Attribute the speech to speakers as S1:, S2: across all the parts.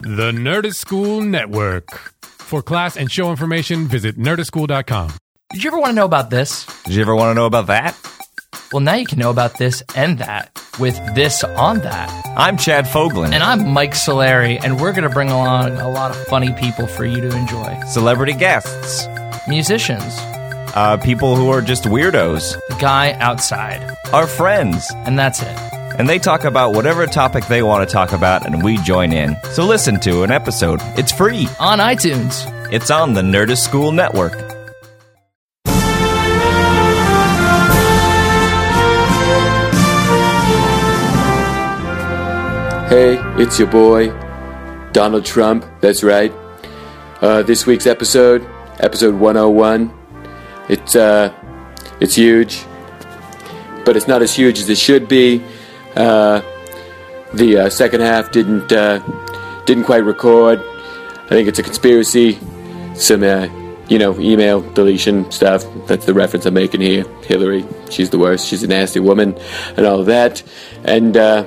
S1: The Nerdist School Network. For class and show information, visit nerdistschool.com.
S2: Did you ever want to know about this?
S3: Did you ever want to know about that?
S2: Well, now you can know about this and that with This on That.
S3: I'm Chad Foglin.
S2: And I'm Mike Solari, and we're going to bring along a lot of funny people for you to enjoy
S3: Celebrity guests,
S2: musicians,
S3: uh, people who are just weirdos,
S2: the guy outside,
S3: our friends,
S2: and that's it.
S3: and they talk about whatever topic they want to talk about, and we join in. So listen to an episode. It's free.
S2: On iTunes.
S3: It's on the Nerdist School Network.
S4: Hey, it's your boy, Donald Trump. That's right. Uh, this week's episode, episode 101. It's uh, it's huge, but it's not as huge as it should be. Uh, the uh, second half didn't uh, didn't quite record. I think it's a conspiracy. Some uh, you know email deletion stuff. That's the reference I'm making here. Hillary, she's the worst. She's a nasty woman, and all of that. And uh,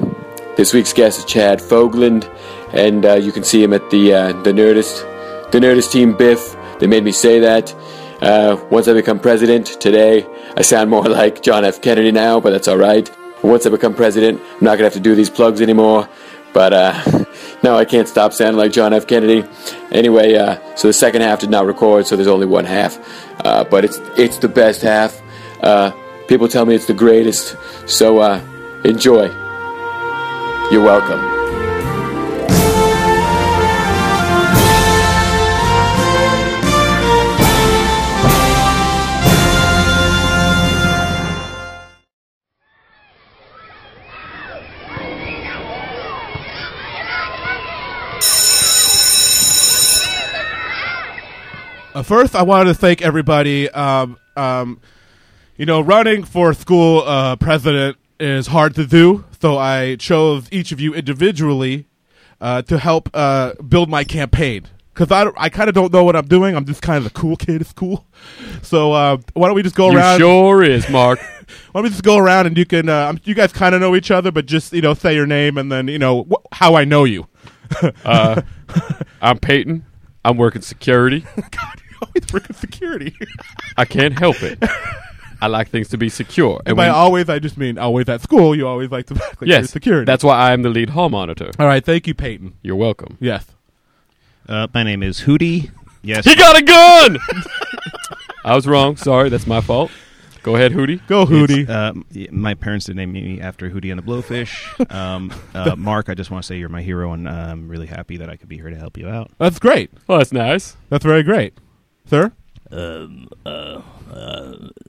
S4: this week's guest is Chad Fogland, and uh, you can see him at the uh, the Nerdist the Nerdist team Biff. They made me say that. Uh, once I become president today, I sound more like John F. Kennedy now, but that's all right. Once I become president, I'm not gonna have to do these plugs anymore. But uh, no, I can't stop sounding like John F. Kennedy. Anyway, uh, so the second half did not record, so there's only one half. Uh, but it's it's the best half. Uh, people tell me it's the greatest. So uh, enjoy. You're welcome.
S5: Uh, first, I wanted to thank everybody. Um, um, you know, running for school uh, president is hard to do, so I chose each of you individually uh, to help uh, build my campaign. Because I, I kind of don't know what I'm doing. I'm just kind of the cool kid at school. So uh, why don't we just go around?
S6: sure is, Mark.
S5: Why don't we just go around and you can, uh, um, you guys kind of know each other, but just, you know, say your name and then, you know, wh- how I know you.
S6: Uh, I'm Peyton. I'm working security.
S5: God, you always work in security.
S6: I can't help it. I like things to be secure.
S5: and
S6: And
S5: by
S6: when-
S5: always, I just mean always at school. You always like to act like you're
S6: yes,
S5: security.
S6: That's why I'm the lead hall monitor.
S5: All right, thank you, Peyton.
S6: You're welcome.
S5: Yes.
S7: Uh, my name is Hootie. Yes.
S6: He got a gun. I was wrong. Sorry, that's my fault. Go ahead, Hootie.
S5: Go Hootie.
S7: Uh, y- my parents did name me after Hootie and the Blowfish. Um, uh, Mark, I just want to say you're my hero, and uh, I'm really happy that I could be here to help you out.
S5: That's great.
S6: Oh, that's nice.
S5: That's very great. Sir?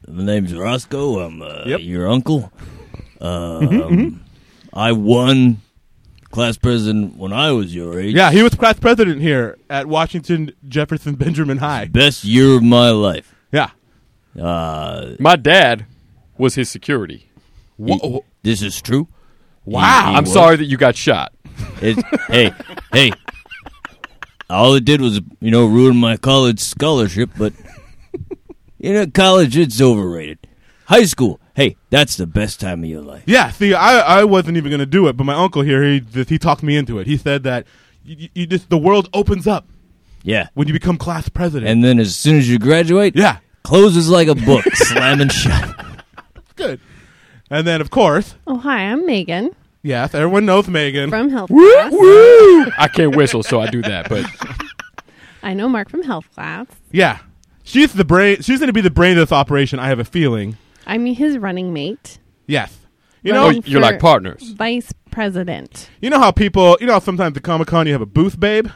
S8: My name's Roscoe. I'm uh,
S5: Yep.
S8: your uncle. Um, I won class president when I was your age.
S5: Yeah, he was class president here at Washington Jefferson Benjamin High.
S8: Best year of my life.
S5: Yeah.
S8: Uh,
S6: My dad was his security.
S8: he- this is true.
S6: Wow. I'm
S8: was.
S6: sorry that you got shot.
S8: It's, hey, hey. All it did was, you know, ruin my college scholarship, but, you know, college, it's overrated. High school, hey, that's the best time of your life.
S5: Yeah, see, I, I wasn't even going to do it, but my uncle here, he, just, he talked me into it. He said that you, you just the world opens up
S8: Yeah.
S5: when you become class president.
S8: And then as soon as you graduate,
S5: yeah,
S8: closes like a book, slamming shut.
S5: good. And then, of course,
S9: Oh, hi, I'm Megan
S5: yes, everyone knows Megan.
S9: from Health Class.
S6: I can't whistle, so I do that. But
S9: I know Mark from Health Class.
S5: yeah. She's the brain. She's going to be the brain of this operation, I have a feeling.
S9: I'm his running mate.
S5: Yes. You
S6: oh,
S5: know,
S9: Running
S6: you're
S9: for
S6: like partners.
S9: Vice president.
S5: you know how people, you know, how sometimes at Comic Con you have a booth babe.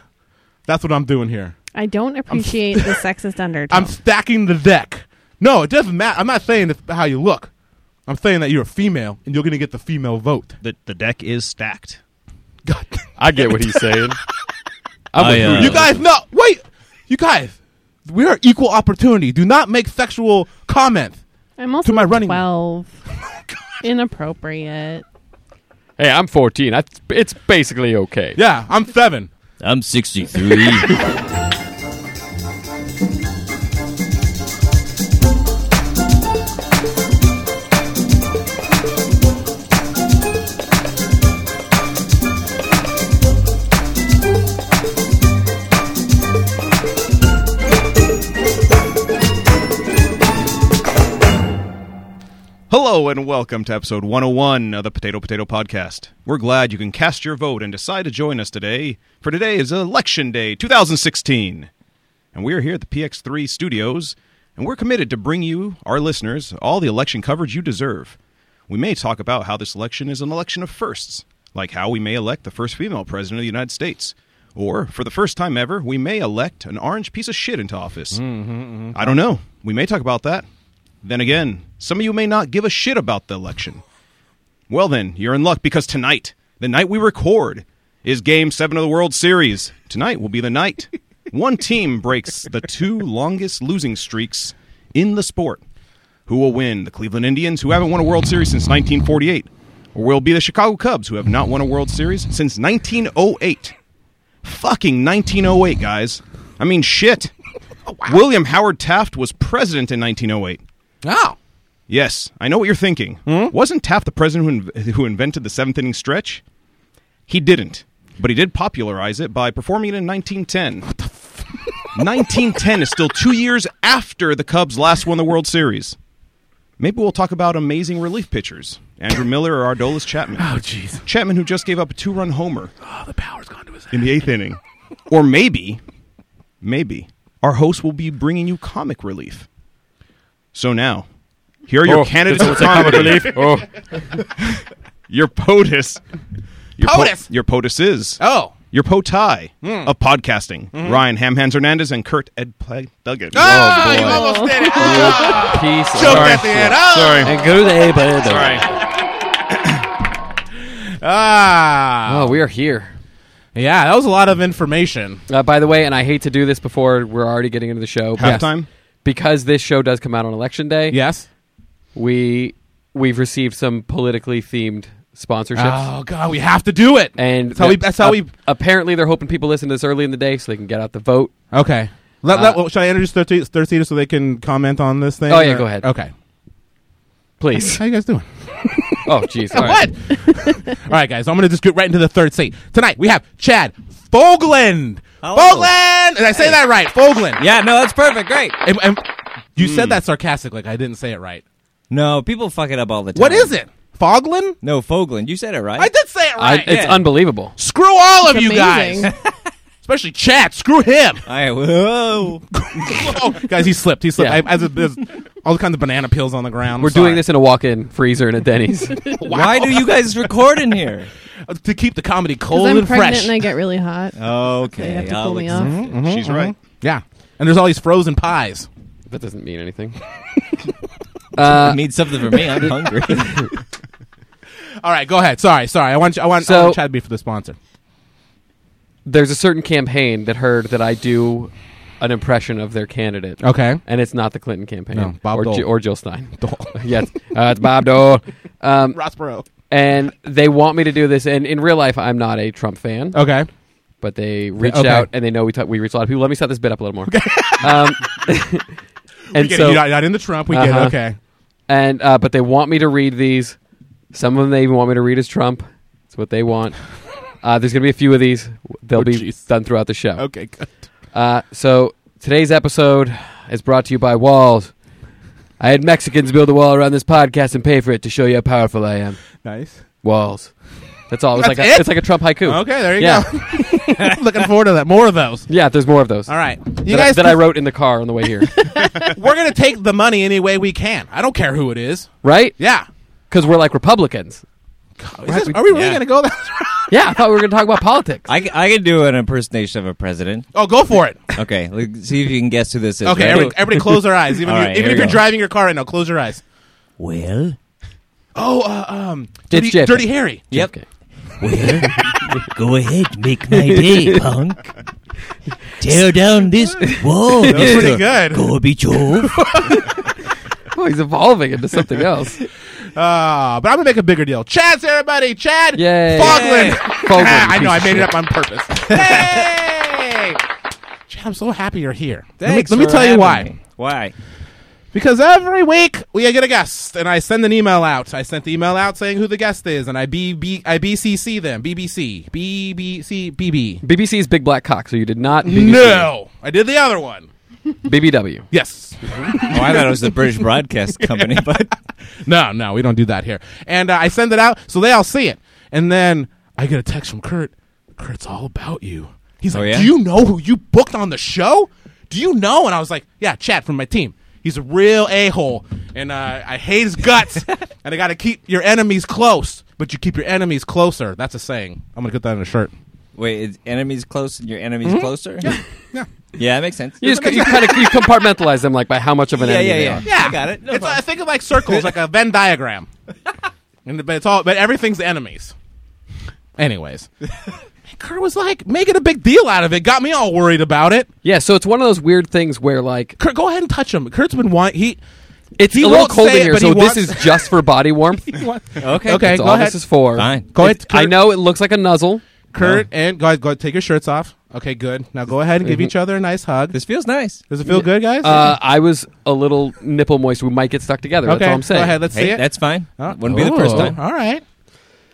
S5: That's what I'm doing here.
S9: I don't appreciate the sexist undertone.
S5: I'm stacking the deck. No, it doesn't matter. I'm not saying it's how you look. I'm saying that you're a female and you're going to get the female vote.
S7: The, the deck is stacked. Uh,
S5: God.
S6: I get what he's saying. I'm with
S8: I, uh,
S6: Hootie.
S5: You guys, no, wait. You guys, we are equal opportunity. Do not make sexual comments.
S9: I'm also
S5: to my running mate.
S9: 12. Inappropriate.
S6: Hey, I'm 14. I, it's basically okay.
S5: Yeah, I'm seven.
S8: I'm 63.
S7: Hello and welcome to episode 101 of the Potato Potato Podcast. We're glad you can cast your vote and decide to join us today, for today is Election Day 2016. And we are here at the PX3 studios, and we're committed to bring you, our listeners, all the election coverage you deserve. We may talk about how this election is an election of firsts, like how we may elect the first female president of the United States. Or, for the first time ever, we may elect an orange piece of shit into office. I don't know. We may talk about that. Then again, some of you may not give a shit about the election. Well, then, you're in luck because tonight, the night we record, is game seven of the World Series. Tonight will be the night. One team breaks the two longest losing streaks in the sport. Who will win? The Cleveland Indians, who haven't won a World Series since 1948. Or will it be the Chicago Cubs, who have not won a World Series since 1908 fucking 1908, guys. I mean, shit. William Howard Taft was president in 1908.
S2: Oh.
S7: Yes, I know what you're thinking. Wasn't Taft the president who, in- who invented the seventh inning stretch? He didn't, but he did popularize it by performing it in 1910. 1910 is still two years after the Cubs last won the World Series. Maybe we'll talk about amazing relief pitchers. Andrew Miller or Ardolis Chapman. Oh, jeez. Chapman, who just gave up a two-run homer in the eighth inning. Or maybe, maybe, our host will be bringing you comic relief. So now, here are your
S10: Oh,
S7: candidates
S10: this
S7: for
S10: is a comic
S7: comic relief.
S10: relief. Oh,
S7: Your POTUS. Your po-
S2: POTUS.
S7: your POTUS is.
S2: Oh. Hmm. Mm-hmm.
S7: Your POTI of podcasting. Ryan Hamhands Hernandez and Kurt Ed Pla- Duggan.
S5: Ah,
S2: Oh, you
S9: almost
S2: did it. Piece of orange shit.
S5: Oh.
S7: Sorry.
S2: And go to the A, but-
S7: Sorry.
S5: Ah,
S6: Oh, we are here.
S5: yeah, that was a lot of information.
S6: Uh, by the way, and I hate to do this before we're already getting into the show. but
S7: Halftime?
S6: because this show does come out on election day.
S5: Yes.
S6: we we've received some politically themed sponsorships.
S5: Oh god, we have to do it.
S6: And
S5: That's how we- that's how we-
S6: Apparently, they're hoping people listen to this early in the day so they can get out the vote.
S5: Okay. Let,
S6: Uh,
S5: let, well, should I introduce thirteen thirteen so they can comment on this thing?
S6: Oh, yeah, go ahead.
S5: Okay.
S6: Please.
S5: How you guys doing?
S6: oh, jeez. All right.
S5: What? All right, guys. I'm going to just get right into the third seat. Tonight we have Chad Fogland. Fogland. Did I say that right? Fogland.
S11: Yeah, no, that's perfect. Great.
S5: And, and you
S6: Hmm.
S5: said that sarcastic, like I didn't say it right.
S11: No, people fuck it up all the time.
S5: What is it? Fogland?
S11: No, Fogland. You said it right.
S5: I did say it
S6: I,
S5: right.
S6: It's unbelievable.
S5: screw all of
S9: It's
S5: you
S9: amazing.
S5: guys, especially Chad. Screw him.
S11: I, whoa.
S5: oh, guys, he slipped. He slipped.
S6: Yeah.
S5: I, as a, there's all kinds of banana peels on the ground.
S6: We're
S5: I'm sorry.
S6: doing this in a walk-in freezer in a Denny's.
S11: Why do you guys record in here?
S5: to keep the comedy cold
S9: Because I'm
S5: and
S9: pregnant
S5: fresh. Mm-hmm,
S9: and I get really hot.
S11: Okay.
S9: They have to
S11: I'll
S9: cool me
S11: accept
S9: off.
S11: it.
S7: She's right.
S5: yeah, and there's all these frozen pies.
S6: that doesn't mean anything.
S5: Uh,
S11: it means something for me. I'm hungry.
S5: All right, go ahead. Sorry, sorry. I want you, I want, I
S6: So-
S5: want Chad to be for the sponsor.
S6: There's a certain campaign that heard that I do an impression of their candidate.
S5: Okay.
S6: And it's not the Clinton campaign.
S5: No, Bob
S6: or,
S5: Dole.
S6: Ji- or Jill Stein. yes, uh, it's Bob Dole. Um,
S5: Ross Perot.
S6: and they want me to do this. And in real life, I'm not a Trump fan,
S5: Okay.
S6: but they reached
S5: Okay.
S6: out and they know we talk, we reach a lot of people. Let me set this bit up a little more. um, and
S5: we get
S6: so,
S5: it. You're not, not into Trump. We get it.
S6: Uh-huh.
S5: Okay.
S6: and uh, but they want me to read these. Some of them they even want me to read as Trump. That's what they want. Uh, there's going to be a few of these. They'll
S5: Oh,
S6: be
S5: jeez.
S6: done throughout the show.
S5: Okay. Good.
S6: Uh, so today's episode is brought to you by Walls. I had Mexicans build a wall around this podcast and pay for it to show you how powerful I am.
S5: Nice.
S6: Walls. That's all. It was
S5: That's
S6: like
S5: it?
S6: A, it's like a Trump haiku.
S5: Okay. There you
S6: Yeah.
S5: go. Looking forward to that. More of those.
S6: Yeah, there's more of those.
S5: All right. You
S6: that, I-
S5: guys.
S6: that I wrote in the car on the way here,
S5: we're gonna take the money any way we can. I don't care who it is.
S6: right?
S5: Yeah.
S6: Because we're like Republicans.
S5: Is this- are we really
S11: Yeah.
S5: gonna go that?
S6: Yeah, I thought we were going to talk about politics.
S11: I, c- I can do an impersonation of a president.
S5: oh, go for it.
S11: Okay, like, see if you can guess who this is.
S5: Okay.
S11: ready?
S5: Everybody, everybody close their eyes. Even
S11: All
S5: if, you-
S11: right,
S5: even
S11: here
S5: if
S11: we
S5: you're
S11: go.
S5: driving your car right now, close your eyes.
S11: Well,
S5: Oh, uh, um, dirty,
S6: It's JFK.
S5: dirty Harry.
S11: yep.
S6: Okay.
S11: Well, go ahead, make my day, punk. Tear down this wall,
S5: That's
S11: Mister
S5: pretty good.
S11: Gorbachev.
S6: Oh, he's evolving into something else.
S5: Uh, but I'm gonna make a bigger deal. Chad's everybody. Chad.
S6: Yay.
S5: Fogland. Ah,
S6: Fogland,
S5: I know. I
S6: piece of
S5: made it
S6: shit.
S5: up on purpose. hey, Chad, I'm so happy you're here. Let me-
S11: Thanks
S5: let me,
S11: for
S5: tell
S11: having
S5: you why.
S11: me. Why?
S5: Because every week we get a guest, and I send an email out. I sent the email out saying who the guest is, and I B B I B C C them. BBC, BBC, BB.
S6: BBC's Big Black Cock, so you did not. BBC.
S5: No, I did the other one.
S6: BBW.
S5: Yes.
S8: Oh, I thought it was the British Broadcast Company, but
S5: No, no, we don't do that here. And uh, I send it out so they all see it. And then I get a text from Kurt. Kurt's all about you. He's
S8: Oh,
S5: like,
S8: yeah?
S5: Do you know who you booked on the show? Do you know? And I was like, Yeah, Chad from my team. He's a real a hole. And uh, I hate his guts. and I got to keep your enemies close, but you keep your enemies closer. That's a saying. I'm going to get that on a shirt.
S8: wait, is enemies close and your enemies closer? Yeah,
S5: Mm-hmm. yeah.
S8: that makes sense.
S6: You just you kind of you compartmentalize them like by how much of an
S8: yeah,
S6: enemy
S8: yeah,
S6: they
S8: yeah.
S6: are.
S5: Yeah,
S8: I got it. No
S5: it's
S8: problem.
S5: I think of like circles, like a Venn diagram. and but it's all but everything's the enemies. Anyways, And Kurt was like making a big deal out of it. Got me all worried about it.
S6: Yeah, so it's one of those weird things where like
S5: Kurt, go ahead and touch him. Kurt's been want he.
S6: it's
S5: He
S6: a little
S5: won't
S6: cold
S5: say
S6: in
S5: it,
S6: here,
S5: but
S6: so
S5: he wants-
S6: this is just for body warmth.
S8: okay,
S5: Okay,
S6: That's
S5: go
S6: all
S5: ahead.
S6: this is for.
S8: fine.
S5: Go ahead,
S6: It's- I
S5: Kurt.
S6: know it looks like a nuzzle.
S5: Kurt and go ahead, go ahead, take your shirts off. Okay, good. Now go ahead and give each other a nice hug.
S8: This feels nice.
S5: Does it feel good, guys?
S6: Mm-hmm. Uh, I was a little nipple moist. We might get stuck together.
S5: okay,
S6: That's all I'm saying.
S5: go ahead. Let's see
S8: Hey,
S5: it.
S8: that's fine.
S5: Oh,
S8: Wouldn't be the first
S5: ooh,
S8: time.
S5: All right,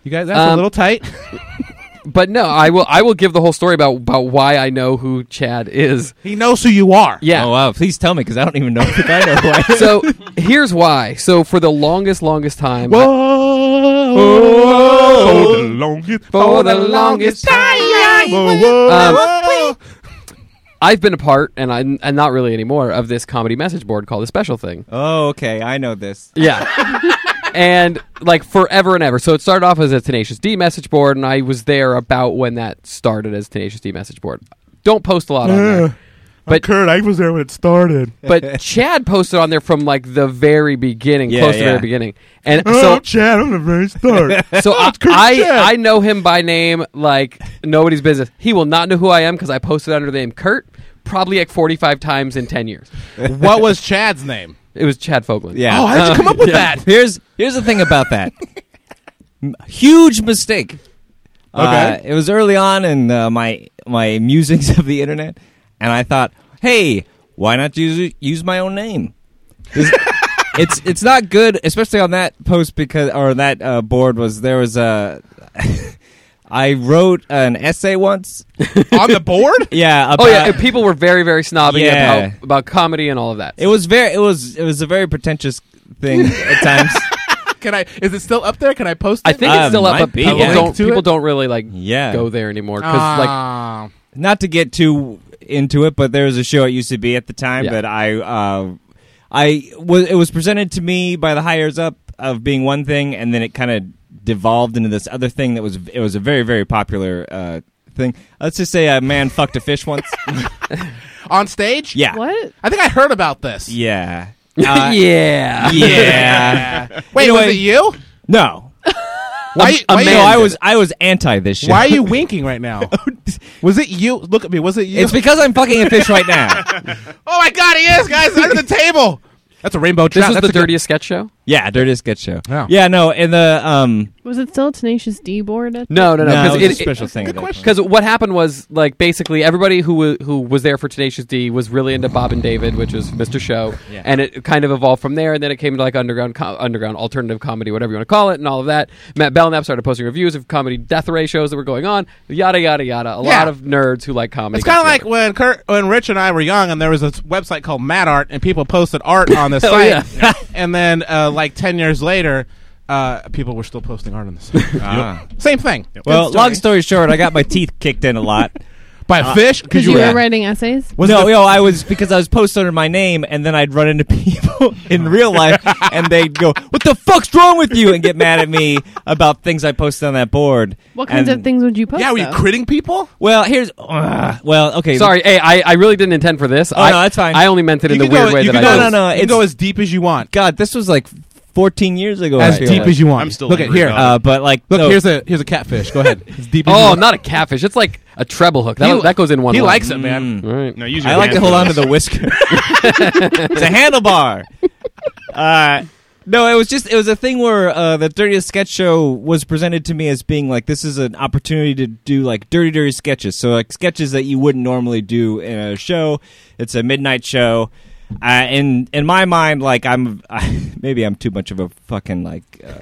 S5: you guys. That's a
S6: Um,
S5: little tight.
S6: But no, I will. I will give the whole story about about why I know who Chad is.
S5: he knows who you are.
S6: Yeah.
S8: Oh wow! Please tell me because I don't even know if I know why.
S6: so here's why. So for the longest, longest time,
S5: Oh, Whoa,
S6: Whoa.
S5: for oh,
S6: Oh,
S5: the longest,
S6: for the longest
S5: time. Whoa, whoa, Uh,
S6: Um,
S5: whoa.
S6: I've been a part, and I and not really anymore, of this comedy message board called the Special Thing.
S8: Oh, okay. I know this.
S6: Yeah. and like forever and ever. So it started off as a Tenacious D message board, and I was there about when that started as Tenacious D message board. Don't post a lot on there. But
S5: Kurt, I was there when it started.
S6: but Chad posted on there from like the very beginning,
S8: Yeah,
S6: close to the
S8: yeah.
S6: very beginning. And so
S5: Oh, Chad, I'm the very start.
S6: so I,
S5: Kurt Chad.
S6: I I know him by name like nobody's business. He will not know who I am because I posted under the name Kurt probably like 45 times in 10 years.
S5: what was Chad's name?
S6: It was Chad Fogland.
S8: Yeah.
S5: Oh, how did you come up with
S8: yeah.
S5: that?
S8: Here's here's the thing about that. M- Huge mistake. Okay. Uh, it was early on in uh, my my musings of the internet, and I thought, hey, why not use use my own name? This- it's it's not good, especially on that post because or that uh, board was there was a. I wrote an essay once.
S5: On the board?
S8: Yeah. About,
S6: Oh yeah, and people were very very snobby
S8: Yeah.
S6: about about comedy and all of that.
S8: It was very. It was. It was a very pretentious thing at times.
S5: Can I? Is it still up there? Can I post it?
S6: I think it's
S8: Uh,
S6: still up,
S8: might
S6: but
S8: be,
S6: people
S8: yeah.
S6: don't
S5: Link to
S6: people
S5: it?
S6: don't really like
S8: Yeah.
S6: go there anymore because like
S5: Ah.
S8: Not to get too into it, but there was a show at UCB at the time
S6: Yeah.
S8: that I. Uh, I was. It was presented to me by the hires up of being one thing, and then it kind of devolved into this other thing that was. It was a very very popular uh, thing. Let's just say a man fucked a fish once.
S5: on stage?
S8: Yeah.
S3: What?
S5: I think I heard about this.
S8: Yeah. Uh,
S6: yeah.
S8: Yeah.
S5: Wait,
S8: Anyway,
S5: was it you?
S8: No.
S5: Why?
S8: No,
S5: why you-
S8: I was. I was anti this shit.
S5: Why are you winking right now? was it you? Look at me. Was it you?
S8: It's because I'm fucking a fish right now.
S5: oh my god, he is, guys, under the table. That's a rainbow
S6: This
S5: trout.
S6: was
S5: That's
S6: the
S5: a good-
S6: dirtiest sketch show.
S8: Yeah, Dirty Sketch Show.
S5: Yeah.
S8: no, and the um
S3: Was it still a Tenacious D board? At
S6: No, no, no.
S8: no, it was a
S6: Because
S8: special thing. at that point.
S6: because what happened was like basically everybody who wa- who was there for Tenacious D was really into Bob and David, which is Mr. Show,
S8: Yeah.
S6: and it kind of evolved from there. And then it came to like underground co- underground alternative comedy, whatever you want to call it, and all of that. Matt Belknap started posting reviews of comedy death ray shows that were going on, yada yada yada. A
S5: Yeah.
S6: lot of nerds who like comedy.
S5: It's
S6: got
S5: kind of
S6: together.
S5: like when Kurt, when Rich and I were young, and there was a website called Mad Art, and people posted art on the site,
S6: yeah.
S5: and then uh, like ten years later, uh, people were still posting art on the site. Ah. Same thing.
S8: well,
S5: Good
S8: long Uh, story short, I got my teeth kicked in a lot.
S5: by a fish because
S3: Because you
S5: you were.
S8: Yeah.
S3: were writing essays?
S8: no, yo, I was because I was posted under my name, and then I'd run into people in real life, and they'd go, "What the fuck's wrong with you?" and get mad at me about things I posted on that board.
S3: What kinds
S8: And-
S3: of things would you post?
S5: Yeah, were you
S3: though?
S5: critting people?
S8: Well, here's uh, well, okay,
S6: Sorry, hey, I, I really didn't intend for this. I,
S8: no, that's fine.
S6: I only meant it in the
S5: can go-
S6: weird way
S5: you
S6: that I
S5: can go,
S6: did.
S8: No, no,
S5: you can
S8: it's-
S5: go as deep as you want,
S8: God, this was like 14 years ago. I
S5: as
S8: feel
S5: deep
S8: like.
S5: as you want.
S7: I'm still
S5: look at
S7: angry
S5: here.
S7: about
S8: Uh, but like,
S5: look
S8: no,
S5: here's a here's a catfish. Go ahead. As deep as you
S6: Oh,
S5: want.
S6: not a catfish. It's like a treble hook. That,
S5: He-
S6: that goes in one.
S5: He
S6: line. Hmm.
S5: likes it, man.
S6: All right.
S7: No, use your
S8: I like
S7: hand
S8: to hold
S7: for
S8: on to
S7: this.
S8: the whisker. it's a handlebar. Uh, no, it was just it was a thing where uh, the dirtiest sketch show was presented to me as being like this is an opportunity to do like dirty, dirty sketches. So like sketches that you wouldn't normally do in a show. It's a midnight show. Uh, and in my mind, like I'm maybe I'm too much of a fucking like uh,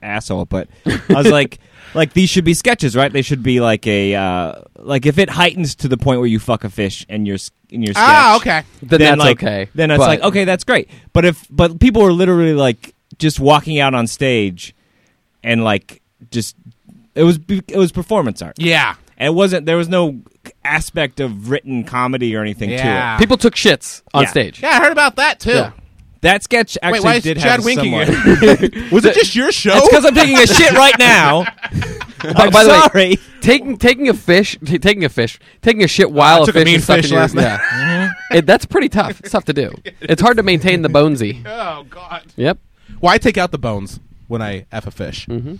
S8: asshole, but I was like. like these should be sketches, right? They should be like a uh, like if it heightens to the point where you fuck a fish and you're in your sketch.
S5: Ah, okay.
S6: Then that's
S8: like,
S6: okay,
S8: Then it's
S6: but-
S8: like okay, that's great. But if but people are literally like just walking out on stage and like just it was be- it was performance art.
S5: Yeah.
S8: And it wasn't there was no aspect of written comedy or anything
S5: Yeah.
S8: to it.
S6: People took shits on
S8: Yeah.
S6: stage.
S5: Yeah, I heard about that too.
S6: Yeah.
S8: That sketch actually
S5: Wait, why is
S8: did
S5: Chad
S8: have
S5: winking?
S8: somewhat-
S5: It? Was it just your show?
S8: That's because I'm taking a shit right now.
S6: By,
S8: I'm
S6: Oh, by the way,
S8: sorry.
S6: taking taking a fish, t- taking a fish, taking a shit while
S5: I
S6: a
S5: took a
S6: fish
S5: mean
S6: is sucking
S5: fish
S6: your-
S5: last night.
S6: Yeah,
S9: Mm-hmm.
S6: It- that's pretty tough. It's tough to do. It's hard to maintain the bonesy.
S5: oh God.
S6: Yep.
S5: Well, I take out the bones when I f a fish.
S8: Mm-hmm.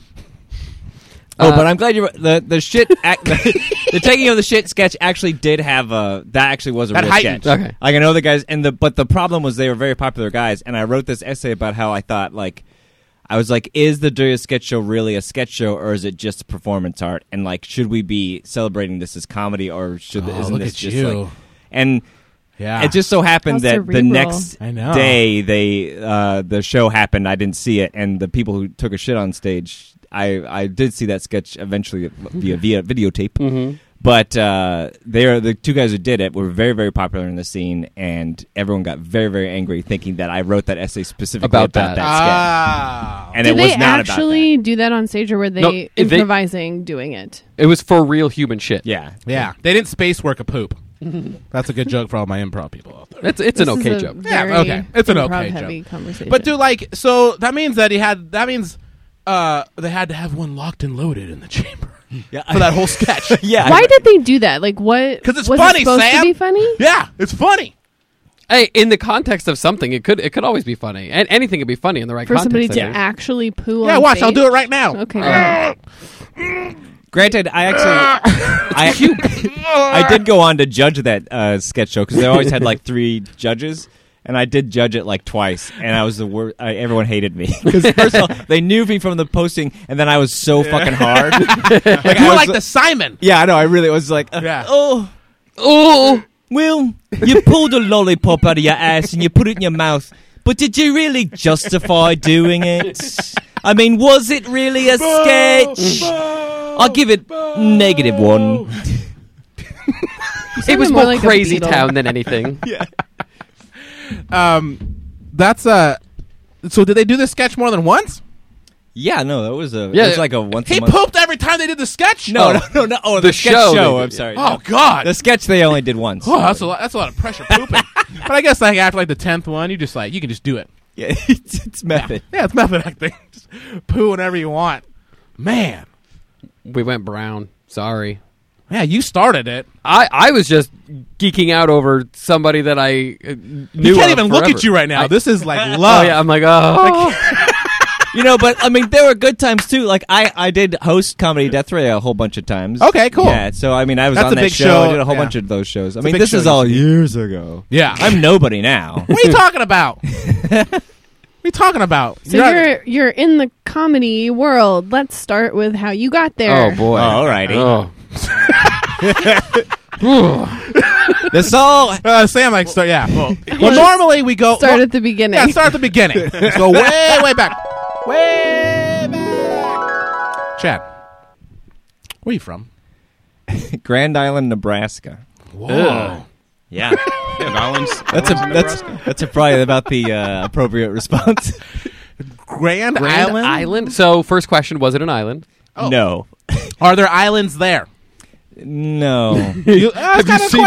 S8: Oh,
S6: Uh,
S8: but I'm glad you the the shit act, the, taking of the shit sketch actually did have a that actually was a
S5: That
S8: real
S5: heightened.
S8: sketch.
S6: Okay.
S8: Like I know the guys and the but the problem was they were very popular guys and I wrote this essay about how I thought like I was like is the dirtiest sketch show really a sketch show or is it just performance art and like should we be celebrating this as comedy or should
S5: Oh,
S8: isn't
S5: look
S8: this
S5: at
S8: just
S5: you.
S8: like and
S5: Yeah.
S8: it just so happened
S9: How
S8: that the
S9: cerebral.
S8: next
S5: I know.
S8: day they uh, the show happened. I didn't see it, and the people who took a shit on stage, I I did see that sketch eventually via via videotape.
S5: Mm-hmm.
S8: But uh, they are the two guys who did it were very very popular in the scene, and everyone got very very angry, thinking that I wrote that essay specifically
S6: About that.
S8: about, that,
S5: Ah.
S8: sketch, and
S9: Did
S8: it was
S9: they
S8: not about
S9: actually do that on stage, or were they
S6: No, they-
S9: improvising doing it?
S6: It was for real human shit.
S8: that. Yeah,
S5: Yeah, they didn't space work a poop. That's a good joke for all my improv people out there.
S6: It's it's an
S9: This is
S6: okay
S9: a
S6: joke.
S9: very
S5: Yeah, okay. It's an okay
S9: improv-heavy
S5: joke.
S9: Conversation.
S5: But dude, like, so that means that he had. That means uh, they had to have one locked and loaded in the chamber
S8: Yeah.
S5: for that whole sketch.
S8: yeah.
S9: why did they do that? Like, what?
S5: 'Cause it's
S9: was
S5: funny,
S9: It supposed
S5: Sam.
S9: to be funny.
S5: yeah, it's funny.
S6: Hey, in the context of something, it could it could always be funny, and anything could be funny in the right
S9: for
S6: context.
S9: somebody
S6: I
S9: to
S6: think.
S9: actually poo.
S5: Yeah,
S9: on
S5: watch. I'll
S9: stage?
S5: do it right now.
S9: Okay.
S8: Granted, I actually, I, I did go on to judge that uh, sketch show because they always had like three judges, and I did judge it like twice, and I was the worst. I, everyone hated me because first of all, they knew me from the posting, and then I was so fucking hard. like,
S5: You
S8: I
S5: were
S8: was,
S5: like the Simon.
S8: yeah, I know. I really was like, uh,
S5: Yeah.
S8: oh, oh, Will, you pulled a lollipop out of your ass and you put it in your mouth, but did you really justify doing it? I mean, was it really a sketch? I'll give it negative one.
S6: it was
S9: sounded
S6: more,
S9: more like a
S6: crazy
S9: beetle.
S6: town than anything.
S5: Um, that's uh. So did they do this sketch more than once?
S8: Yeah, no, that was a.
S6: Yeah,
S8: it was like a once
S5: He
S8: a month.
S5: pooped every time they did the sketch.
S8: no, no, no, no. Oh, the,
S6: The
S8: sketch
S6: show
S8: show.
S6: they did, yeah.
S8: I'm sorry.
S5: Oh God.
S8: the sketch they only did once.
S5: oh, that's a lot. That's a lot of pressure pooping. but I guess like after like the tenth one, you just like you can just do it.
S8: Yeah, it's, it's method.
S5: Yeah, it's method acting. just poo whenever you want. Man.
S6: we went brown. Sorry.
S5: Yeah, you started it.
S6: I, I was just geeking out over somebody that I uh, knew.
S5: You can't
S6: of
S5: even look
S6: forever.
S5: at you right now.
S6: I-
S5: this is like
S6: Oh
S5: love.
S6: yeah, I'm like oh.
S8: you know, but I mean, there were good times too. Like I, I did host comedy death ray a whole bunch of times.
S5: Okay, cool.
S8: Yeah, so I mean, I was
S5: That's
S8: on
S5: a
S8: that
S5: big
S8: show.
S5: show.
S8: I did a whole
S5: Yeah.
S8: bunch of those shows. I
S5: It's a
S8: mean,
S5: big
S8: this
S5: show
S8: is
S5: you
S8: all years ago.
S5: Yeah.
S8: I'm nobody now.
S5: what are you talking about? what are you talking about?
S9: So
S5: You're-
S9: you're you're in the comedy world. Let's start with how you got there.
S6: boy.
S8: Oh, alrighty.
S6: Oh.
S8: This all
S5: uh, Sam like start yeah. Well, well, normally we go
S9: Start
S5: well,
S9: at the beginning.
S5: Yeah, start at the beginning. Let's go way, way back. Way back. Chad. Where you from?
S8: Grand Island, Nebraska.
S5: Whoa.
S8: Yeah.
S7: Yeah, Valens.
S8: That's a that's that's a probably about the uh, appropriate response.
S5: Grand,
S6: Grand
S5: Island?
S6: Island. So first question: Was it an island?
S5: Oh.
S8: No,
S5: Are there islands there?
S8: no.
S5: You, uh,
S6: Have you seen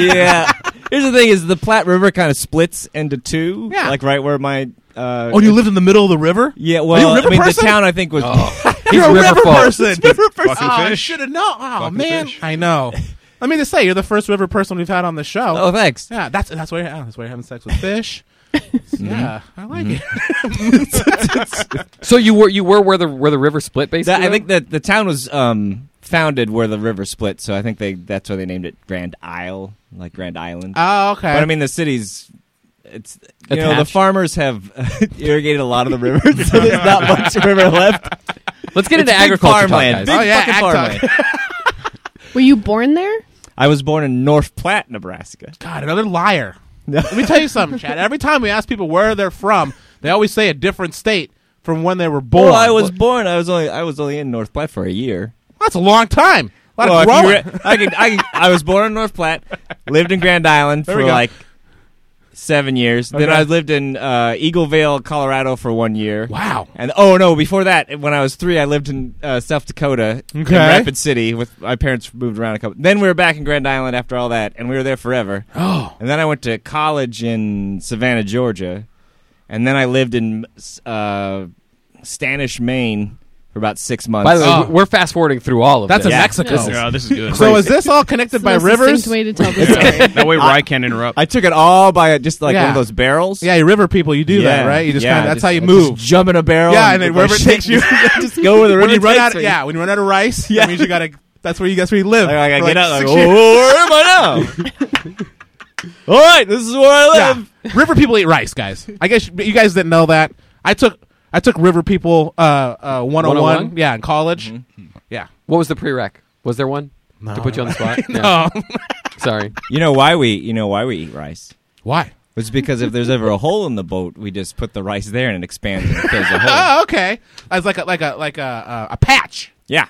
S8: yeah. Here's the thing: is the Platte River kind of splits into two?
S5: Yeah.
S8: Like right where my. Uh,
S5: Oh, you lived in the middle of the river?
S8: Yeah, well,
S5: a river
S8: I mean,
S5: person? Oh.
S8: the town I think was.
S6: He's
S5: You're a river
S6: folk.
S5: person. River person.
S7: Fucking
S5: Oh, I
S7: fish.
S5: should have known. Oh
S7: Fucking
S5: man,
S7: fish.
S5: I know. Let me just say, you're the first river person we've had on the show.
S8: oh, thanks.
S5: yeah, that's that's why you're, oh, that's why you're having sex with fish. yeah,
S8: Mm-hmm.
S5: I like it.
S6: So you were you were where the where the river split basically.
S8: That- I think that the town was um, founded where the river split, so I think they that's why they named it Grand Isle, like Grand Island.
S5: Oh, okay.
S8: But I mean, the city's. It's you know the
S6: Attached.
S8: farmers have irrigated a lot of the river, so there's not much river left.
S6: Let's get
S8: It's
S6: into
S8: big
S6: agriculture, talk, guys.
S8: farmland. Big
S5: Oh, yeah,
S8: fucking
S5: ag talk.
S8: farmland.
S9: Were you born there?
S8: I was born in North Platte, Nebraska.
S5: God, another liar.
S8: No.
S5: Let me tell you something, Chad. Every time we ask people where they're from, they always say a different state. from when they were born.
S8: Well, I was born. I was only I was only in North Platte for a year.
S5: That's a long time. A lot
S8: Well,
S5: of
S8: if you
S5: growing.
S8: were- I, could, I, could- I was born in North Platte, lived in Grand Island
S5: There
S8: for
S5: we go.
S8: like seven years. Then
S5: Okay.
S8: I lived in uh, Eaglevale, Colorado for one year.
S5: Wow.
S8: And oh no, before that, when I was three, I lived in uh, South Dakota, in
S5: Okay.
S8: Rapid City, with my parents moved around a couple. Then we were back in Grand Island after all that, and we were there forever.
S5: Oh.
S8: And then I went to college in Savannah, Georgia, and then I lived in uh, Stanish, Maine, for about six months.
S6: By the way,
S5: Oh,
S6: we're fast forwarding through all of
S8: That's
S6: this.
S8: a Mexico.
S6: This
S8: Yeah, this is good.
S5: So is this all connected
S9: It's the
S5: by
S9: most
S5: rivers?
S9: succinct way to tell the story.
S8: That way,
S5: I
S8: can't interrupt. I took it all by uh, just like one
S5: Yeah.
S8: of those barrels.
S5: Yeah, you river people, you do that, right? You just
S8: yeah,
S5: kinda, that's
S8: just-
S5: how you
S8: I
S5: move.
S8: Just jump in a barrel.
S5: yeah, and then wherever it
S8: shit
S5: takes you,
S8: just go where the
S5: when you
S8: river
S5: run
S8: takes
S5: out,
S8: me.
S5: Yeah, when you run out of rice,
S8: Yeah.
S5: that means you gotta. That's where you. That's where you live.
S8: I gotta
S5: for,
S8: get out. Like,
S5: six
S8: oh,
S5: years.
S8: where am I now? All right, this is where I live.
S5: Yeah. River people eat rice, guys. I guess you you guys didn't know that. I took I took River People uh, uh, 101,
S6: 101?
S5: yeah, in college.
S8: Mm-hmm.
S5: Yeah.
S6: What was the prereq? Was there one
S5: No,
S6: to put you on the spot?
S5: no.
S6: Sorry.
S8: You know why we? You know why we eat rice?
S5: Why?
S8: It's because if there's ever a hole in the boat, we just put the rice there and it expands and fills a hole.
S5: Oh, okay. As like a like a like a uh, a patch.
S8: Yeah.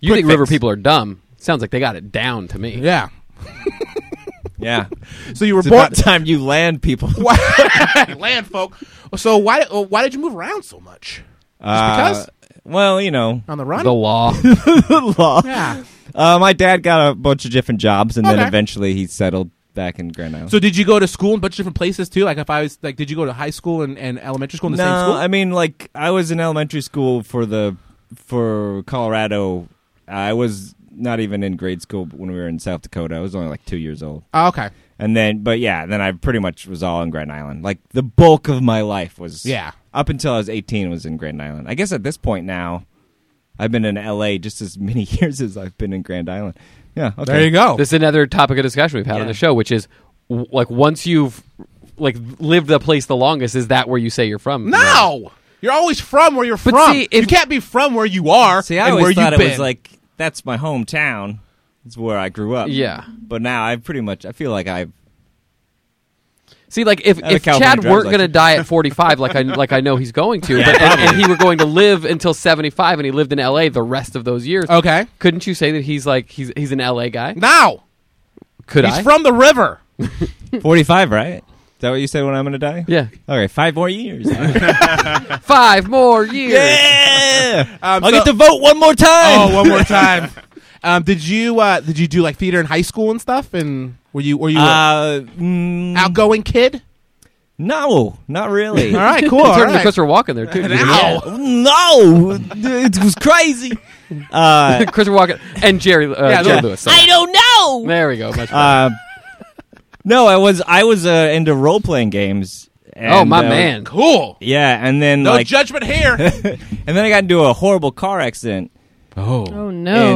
S6: You think river people are dumb? Sounds like they got it down to me.
S5: Yeah.
S8: Yeah.
S5: So you were
S8: it's
S5: born-
S8: About time you land people.
S5: Land folk. So why uh, why did you move around so much? because?
S8: Uh, Well, you know,
S5: On the run?
S6: The law.
S8: the law.
S5: Yeah.
S8: Uh, my dad got a bunch of different jobs, and
S5: Okay.
S8: then eventually he settled back in Grand Island.
S5: So did you go to school in a bunch of different places too? Like if I was like, did you go to high school and, and elementary school in the
S8: no,
S5: same school?
S8: I mean, like I was in elementary school for the for Colorado. I was not even in grade school when we were in South Dakota. I was only like two years old.
S5: oh, okay.
S8: And then, but yeah, then I pretty much was all in Grand Island. Like the bulk of my life was
S5: Yeah.
S8: up until I was eighteen was in Grand Island. I guess at this point now, I've been in L.A. just as many years as I've been in Grand Island. Yeah, okay.
S5: There you go.
S6: This is another topic of discussion we've had on the show, which is w- like once you've like lived the place the longest, is that where you say you're from?
S5: no. You're always from where you're
S6: But
S5: from.
S6: see, if-
S5: you can't be from where you are
S8: See, I
S5: and
S8: always
S5: where
S8: thought
S5: you've
S8: it
S5: been.
S8: was like that's my hometown. It's where I grew up.
S6: Yeah.
S8: But now I pretty much I feel like I
S6: See, like if,
S8: Out of
S6: if
S8: California
S6: Chad
S8: drives
S6: weren't
S8: like
S6: going to
S8: that.
S6: die at 45, like I like I know he's going to, but and, and he were going to live until 75, and he lived in L.A. the rest of those years.
S5: okay.
S6: Couldn't you say that he's like he's he's an L.A. guy?
S5: Now
S6: Could
S5: he's
S6: I?
S5: from the river.
S8: 45, right? Is that what you said when I'm going to die?
S6: yeah,
S8: Okay, five more years.
S6: five more years.
S8: yeah.
S5: Um,
S8: I'll
S5: so-
S8: get to vote one more time.
S5: Oh, one more time. um, did you uh, did you do like theater in high school and stuff? And were you were you an
S8: Uh, mm,
S5: outgoing kid?
S8: no, not really.
S5: All right, cool.
S6: In
S5: all
S6: terms of
S5: right.
S6: Christopher Walken there too.
S8: Yeah. No. It was crazy. Uh,
S6: Christopher Walken and Jerry uh,
S5: Yeah,
S6: Jerry
S5: yeah.
S6: Lewis.
S8: I
S6: sorry.
S8: don't know.
S6: There we go. Much better.
S8: Uh, no, I was I was uh, into role playing games. And,
S6: oh my
S8: uh,
S6: man.
S5: Cool.
S8: Yeah, and then
S5: No
S8: like,
S5: judgment here.
S8: and then I got into a horrible car accident
S9: Oh no!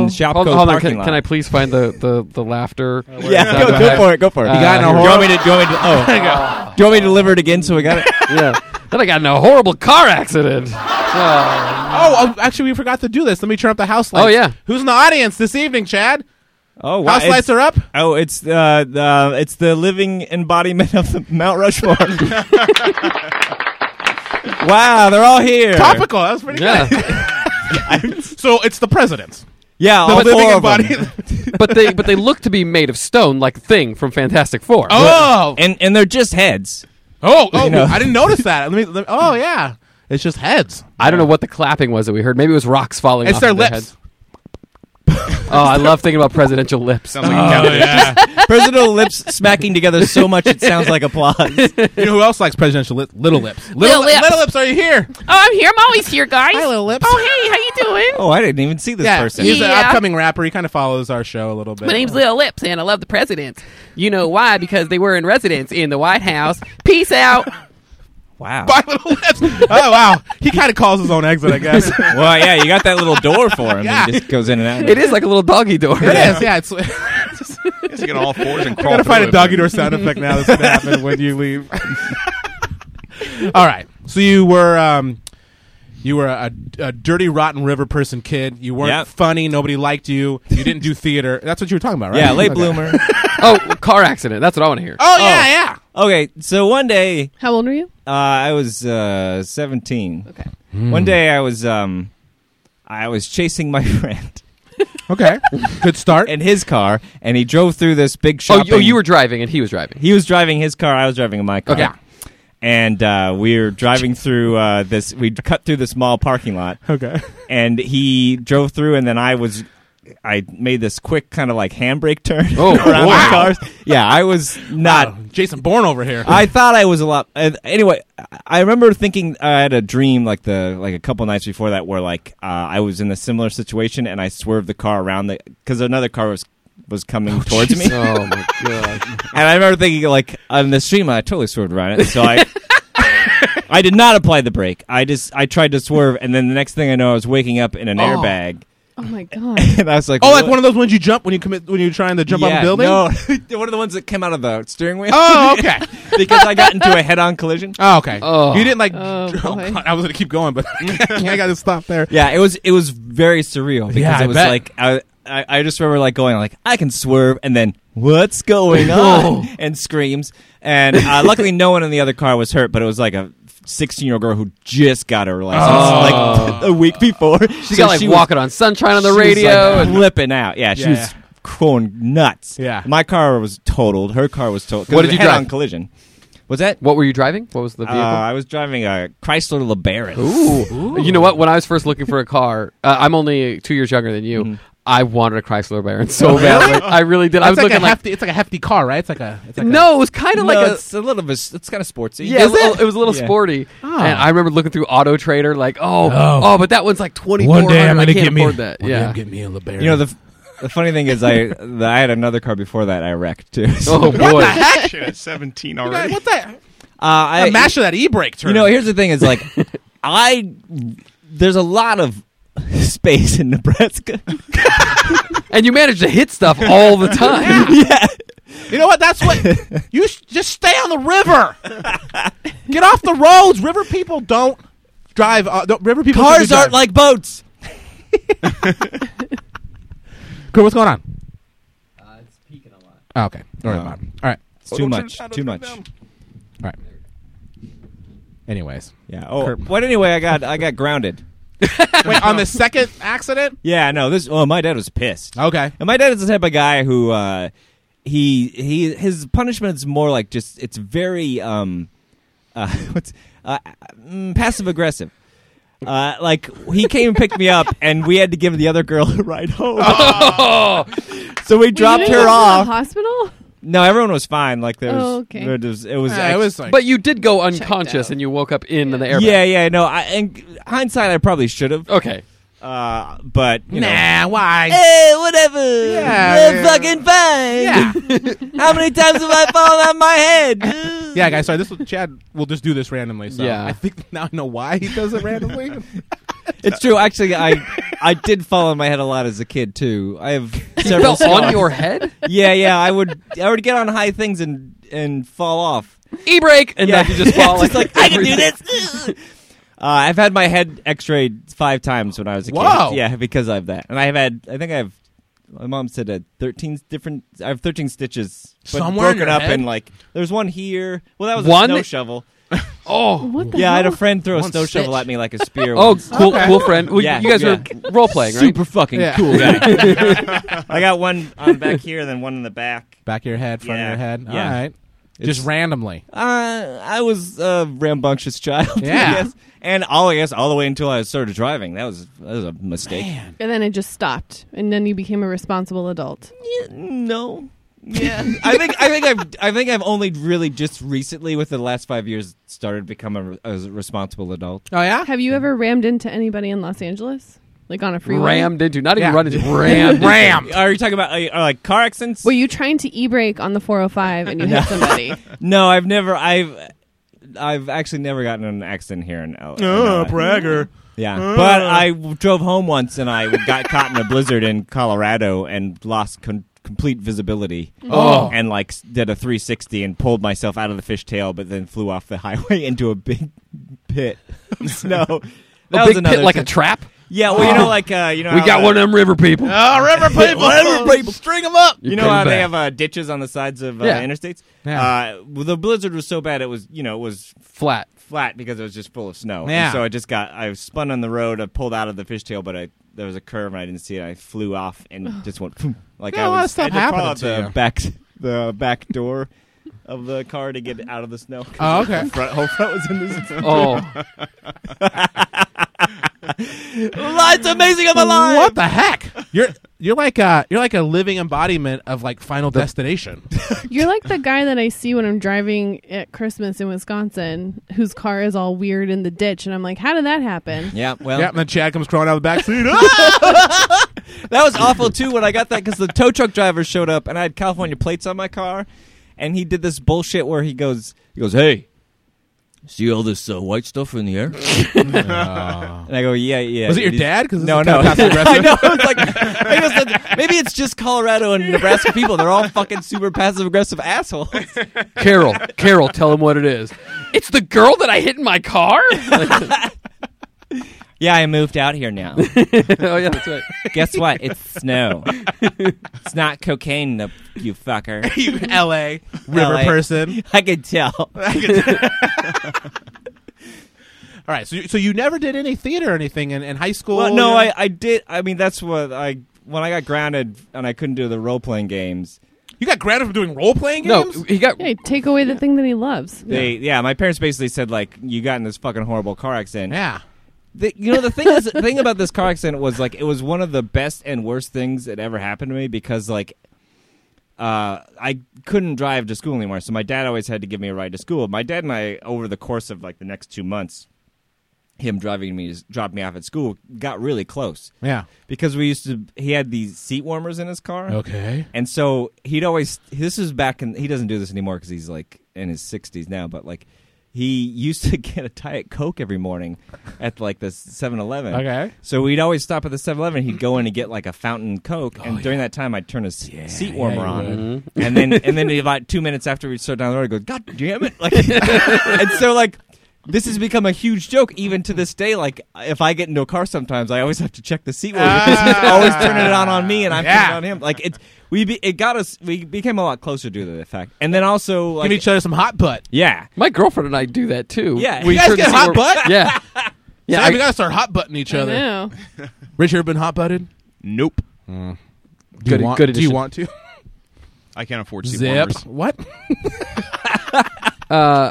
S8: in Shopko
S6: Hold, hold on.
S8: parking
S6: Can,
S8: lot.
S6: can I please find the the, the laughter?
S8: Yeah, go, go for it. Go for it.
S6: You got in a
S8: do you want me to? Do you want me to? Oh, do you want me to deliver it again so we got it?
S6: yeah. Then I got in a horrible car accident.
S5: Oh, oh, actually, we forgot to do this. Let me turn up the house lights.
S6: Oh, yeah.
S5: Who's in the audience this evening, Chad?
S8: Oh, wow.
S5: House
S8: it's-
S5: lights are up.
S8: Oh, it's uh, the it's the living embodiment of the Mount Rushmore. wow, they're all here.
S5: Topical. That was pretty
S6: Yeah.
S5: good. So it's the presidents.
S8: Yeah, all
S5: The living
S8: four of
S5: embody-
S8: them.
S6: but they but they look to be made of stone, like Thing from Fantastic Four.
S5: Oh,
S8: And and they're just heads.
S5: oh, oh!
S8: You know.
S5: I didn't notice that. Let me, let me- Oh yeah, it's just heads.
S6: I don't know what the clapping was that we heard. Maybe it was rocks falling.
S5: It's
S6: off
S5: their
S6: of their
S5: lips.
S6: heads. Oh, I love thinking about presidential lips.
S7: Sounds like a cabinet.
S8: Presidential lips smacking together so much it sounds like applause.
S5: You know who else likes presidential li- little lips? Little,
S9: Lips.
S5: little lips. Are you here?
S9: Oh, I'm here. I'm always here, guys.
S5: Hi, little lips.
S9: Oh, hey, how you doing?
S8: Oh, I didn't even see this person.
S5: He's an
S9: Yeah.
S5: upcoming rapper. He kind of follows our show a little bit.
S12: My name's Lil Lips, and I love the presidents. You know why? Because they were in residence in the White House. Peace out.
S8: Wow.
S5: Bye, little lips. Oh wow, he kind of calls his own exit, I guess. it
S8: Well, yeah, you got that little door for him.
S5: Yeah.
S8: He just goes in and out.
S6: It is like a little doggy door.
S5: is. Yeah, it's. I
S7: He's like on all fours and crawl
S5: gotta find
S7: through
S5: a
S7: it.
S5: doggy door sound effect now. That's gonna happen when you leave. All right. So you were. Um, you were a, a dirty, rotten river person kid. You weren't
S8: Yep.
S5: funny. Nobody liked you. You didn't do theater. That's what you were talking about, right?
S8: Yeah, late
S5: Okay.
S8: bloomer.
S6: Oh, car accident. That's what I want to hear.
S5: Oh, yeah, yeah.
S8: Okay, so one day.
S9: How old were
S6: Oh,
S9: you?
S8: Uh, I was uh, 17. Okay.
S9: Hmm.
S8: One day I was um, I was chasing my friend.
S5: okay. Good start.
S8: In his car, and he drove through this big
S6: Oh,
S8: shopping.
S6: you, oh, you were driving and he was driving.
S8: He was driving his car. I was driving my car.
S6: Okay.
S8: And uh, we were driving through uh, this. We cut through the small parking lot.
S5: Okay.
S8: And he drove through, and then I was. I made this quick kind of like handbrake turn
S5: Oh,
S8: around
S5: wow.
S8: the cars. Yeah, I was not.
S5: Jason Bourne over here.
S8: I thought I was a lot. Uh, anyway, I- I remember thinking I had a dream like the like a couple nights before that where like uh, I was in a similar situation and I swerved the car around the because another car was was coming towards me.
S6: Oh my god!
S8: and I remember thinking like on the stream I totally swerved around it. So I I did not apply the brake. I just I tried to swerve and then the next thing I know I was waking up in an
S5: Oh.
S8: airbag
S9: Oh my god!
S8: and I was like
S5: oh, like
S8: "What?"
S5: one of those ones you jump when you commit when you're trying to jump off
S8: Yeah,
S5: a building.
S7: Oh,
S8: No, one of the ones that came out of the steering wheel.
S5: Oh, okay.
S8: because I got into a head-on collision.
S5: Oh, okay.
S8: Oh.
S5: You didn't like.
S8: Oh,
S5: oh,
S8: boy.
S5: God, I was gonna keep going, but I got to stop there.
S8: Yeah, it was it was very surreal because
S5: Yeah, I
S8: it was
S5: bet.
S8: like I, I I just remember like going like I can swerve and then what's going on and screams and uh, luckily no one in the other car was hurt but it was like a 16 year old girl who just got her license like a week before
S6: She got, like, Walking on Sunshine on the
S8: she was, like,
S6: radio and-
S8: flipping out yeah she
S6: Yeah.
S8: was going nuts
S6: Yeah.
S8: my car was totaled her car was totaled 'cause
S6: What
S8: it
S6: did you
S8: had
S6: drive?
S8: on collision was that
S6: what were you driving what was the vehicle?
S8: Uh, I was driving a Chrysler LeBaron
S6: Ooh. You know what? When I was first looking for a car, uh, I'm only two years younger than you.
S8: Mm-hmm.
S6: I wanted a Chrysler Baron so badly. I really did. I was
S5: It's like
S6: looking
S5: a
S6: like.
S5: hefty, it's like a hefty car, right? It's like a. It's like
S6: No, it was kind of
S8: No,
S6: like a.
S8: it's a little bit. It's kind of sportsy.
S6: Yeah,
S8: Is
S6: it, was,
S8: it?
S6: it was a little
S8: Yeah.
S6: sporty.
S8: Ah.
S6: And I remember looking through Auto Trader, like, oh,
S8: Oh.
S6: oh, but that one's like twenty four
S8: One
S6: hundred.
S8: day I'm
S6: I
S8: gonna
S6: can't
S8: get me-
S6: afford that.
S8: one day
S6: yeah,
S8: I'm
S5: me a LeBaron.
S8: You know the f- the funny thing is I the, I had another car before that I wrecked too.
S6: Oh, boy. What the
S7: heck? Shit, at 17 already.
S5: What the?
S8: Uh, I
S5: The mash of that e-brake turn.
S8: You know, here's the thing: is like I there's a lot of space in Nebraska,
S6: and you manage to hit stuff all the time.
S8: yeah.
S5: You know what? That's what you sh- just stay on the river. Get off the roads. River people don't drive. Uh, don't, river people
S8: Cars aren't like boats.
S5: cool. What's going on? Uh, it's peaking a lot. okay. All right,
S8: No.
S5: Bob. All right.
S8: It's too much. Too much.
S5: All right. Anyways.
S8: Yeah. Oh, but anyway, I got I got grounded.
S5: Wait, on the second accident?
S8: Yeah, no, this. Oh, my dad was pissed.
S5: Okay,
S8: and my dad is the type of guy who uh, he he his punishment is more like just it's very um, uh, what's uh, mm, passive aggressive. Uh, like he came and picked me up, and we had to give the other girl a ride home. so we dropped
S9: didn't
S8: her
S9: go to
S8: off.
S9: the hospital.
S8: no, everyone was fine. Like there was,
S9: Oh, okay.
S8: there was it was,
S9: Ah, it was
S8: like,
S6: but you did go unconscious, and you woke up in the airbag.
S8: yeah, yeah. No, I, in hindsight, I probably should have.
S6: Okay.
S8: Uh, but you
S5: Nah,
S8: know.
S5: why?
S8: Hey, whatever.
S5: Yeah,
S8: We're fucking fine. How many times have I fallen on my head?
S5: Yeah, guys. Sorry, this was, Chad will just do this randomly. So
S8: Yeah.
S5: I think now I know why he does it randomly.
S8: It's true. Actually, I I did fall on my head a lot as a kid too. I have several
S6: fell on
S8: scars.
S6: your head?
S8: Yeah, yeah. I would I would get on high things and and fall off.
S6: E brake, and
S8: yeah.
S6: then you just fall.
S8: Just like, I can do
S6: everything.
S8: this. Uh, I've had my head X-rayed five times when I was a
S6: Whoa.
S8: kid. Yeah, because of that. And I have had. I think I have. My mom said uh, thirteen different. I have thirteen stitches, but
S5: Somewhere in your
S8: broken up
S5: head?
S8: and like there's one here. Well, that was
S5: One?
S8: a snow shovel.
S6: oh,
S9: what
S8: yeah. I had a friend throw a snow shovel at me like a spear.
S6: Oh,
S8: once.
S6: cool, cool friend. Well,
S8: Yeah,
S6: you guys
S8: yeah.
S6: were role playing, right?
S8: Super fucking cool guy. I got one on back here, then one in the back.
S5: Back of your head, front of your head.
S8: Yeah.
S5: All right. just randomly.
S8: Uh, I was a rambunctious child.
S5: Yeah.
S8: I guess. And all I guess all the way until I started driving. That was that was a mistake.
S9: And then it just stopped, and then you became a responsible adult.
S8: no. Yeah. I think I think I've I think I've only really just recently, with the last five years, started to become a, a responsible adult.
S5: Oh yeah.
S9: Have you ever rammed into anybody in Los Angeles, like on a freeway?
S6: Rammed into, not even
S9: Yeah.
S6: run into, rammed,
S8: Rammed. Are you talking about like, are like car accidents?
S9: Were you trying to e-brake on the 405 and you hit somebody?
S8: No, I've never. I've I've actually never gotten in an accident here in L. in
S5: Oh,
S8: LA.
S5: bragger.
S8: Yeah,
S5: Oh.
S8: but I w- drove home once and I got caught in a blizzard in Colorado and lost con- complete visibility.
S5: Oh.
S8: and like s- did a 360 and pulled myself out of the fishtail, but then flew off the highway into a big pit of snow.
S6: A big pit like a trap?
S8: Yeah, well, you know, like uh, you know,
S10: Oh. we
S8: how,
S10: got
S8: uh,
S10: one of them river people.
S8: Oh, river people,
S10: River people.
S8: string them up.
S10: You
S8: You, know
S10: come
S8: how they
S10: back.
S8: have uh, ditches on the sides of uh,
S10: Yeah.
S8: interstates?
S10: Yeah.
S8: Uh, well, the blizzard was so bad it was, you know, it was
S6: flat,
S8: flat because it was just full of snow. And
S13: Yeah.
S8: so I just got, I spun on the road, I pulled out of the fishtail, but I there was a curve and I didn't see it. I flew off and just went phoom. like
S13: Yeah,
S8: I
S13: a lot
S8: was
S13: of stuff
S8: I had to pull
S13: happened
S8: out
S13: to
S8: the
S13: you.
S8: back the back door. Of the car to get out of the snow.
S13: Oh, okay.
S8: Whole front, whole front was in the snow.
S6: Oh,
S13: Life's amazing. I'm alive.
S5: What the heck? You're you're like a you're like a living embodiment of like Final Destination.
S9: You're like the guy that I see when I'm driving at Christmas in Wisconsin, whose car is all weird in the ditch, and I'm like, how did that happen?
S8: Yeah, well,
S5: yeah. And then Chad comes crawling out of the back seat. Ah!
S8: that was awful too when I got that because the tow truck driver showed up and I had California plates on my car, and he did this bullshit where he goes, he goes, hey,
S11: see all this uh, white stuff in the air?
S8: and I go, yeah, yeah.
S11: Was it your
S8: is-
S11: dad? 'Cause this
S8: no,
S11: is
S8: no,
S11: kinda passive
S8: I
S11: aggressive.
S8: know. It's like I just said, maybe it's just Colorado and Nebraska people. They're all fucking super passive aggressive assholes.
S6: Carol, Carol, tell him what it is.
S12: It's the girl that I hit in my car.
S8: Yeah, I moved out here now.
S6: oh yeah, that's right.
S8: Guess what? It's snow. it's not cocaine, the, you fucker.
S13: You LA
S5: river person.
S8: I could tell.
S5: All right, so you, so you never did any theater or anything in, in high school?
S8: Well, no,
S5: you
S8: I,
S5: know?
S8: I did. I mean, that's what I when I got grounded and I couldn't do the role playing games.
S5: You got grounded for doing role playing
S8: No,
S5: games?
S6: he got.
S9: Yeah, you take away the thing that he loves.
S8: They yeah. my parents basically said like you got in this fucking horrible car accident.
S5: Yeah.
S8: The, you know the thing is the thing about this car accident was like it was one of the best and worst things that ever happened to me because like uh, I couldn't drive to school anymore, so my dad always had to give me a ride to school. My dad and I, over the course of like the next two months, him driving me dropped me off at school got really close.
S5: Yeah.
S8: because we used to. He had these seat warmers in his car.
S5: Okay.
S8: and so he'd always. This is back in. He doesn't do this anymore because he's like in his sixties now. But like, he used to get a diet coke every morning at like the 7-Eleven.
S5: Okay.
S8: so we'd always stop at the 7-Eleven. He'd go in and get like a fountain coke, and during that time I'd turn his seat warmer
S13: Oh, yeah, you
S8: on, Mm-hmm.
S13: would.
S8: and then and then about two minutes after we start down the road, I go, God damn it! Like, and so like this has become a huge joke even to this day. Like if I get into a car, sometimes I always have to check the seat warmer because he's always turning it on on me, and I'm turning
S5: Yeah.
S8: it on him. Like it, we be, it got us. We became a lot closer to the fact, and then also like
S5: Give each other some hot butt.
S8: yeah.
S6: My girlfriend and I do that too.
S8: Yeah.
S6: We
S5: You guys
S6: turn
S5: get
S6: the
S5: hot
S6: door-
S5: butt?
S6: Yeah. Yeah,
S5: Sam,
S6: I-
S5: we gotta start hot butting each
S9: I
S5: other.
S9: know.
S5: Richard been hot butted?
S7: Nope.
S5: Do
S7: Good-
S5: you want,
S7: good
S5: Do you
S7: addition.
S5: want to?
S7: I can't afford seat
S5: Zip.
S7: warmers.
S5: What?
S6: uh, uh,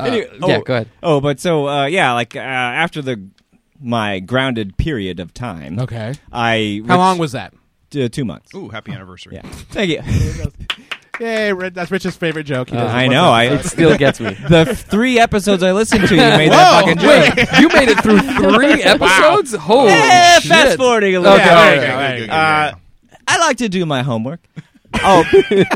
S8: Anyway,
S6: yeah,
S8: oh,
S6: go ahead.
S8: Oh, but so uh, yeah, like uh, after the my grounded period of time.
S5: Okay.
S8: I
S5: How long was that?
S8: Uh, two months.
S7: Ooh, happy anniversary.
S8: Yeah. Thank you.
S5: Yay, Ri- that's Rich's favorite joke. He
S8: Uh,
S5: doesn't
S8: I
S5: want
S8: know.
S5: that
S8: I
S5: joke.
S8: The f- three episodes I listened to, you made that
S5: Whoa.
S8: fucking joke.
S5: Wait,
S6: you made it through three episodes? Holy
S8: yeah,
S6: shit.
S8: Fast forwarding a little.
S6: Okay,
S8: bit.
S6: all right, Good, all right, good, good,
S8: Uh, I like to do my homework. oh, yeah.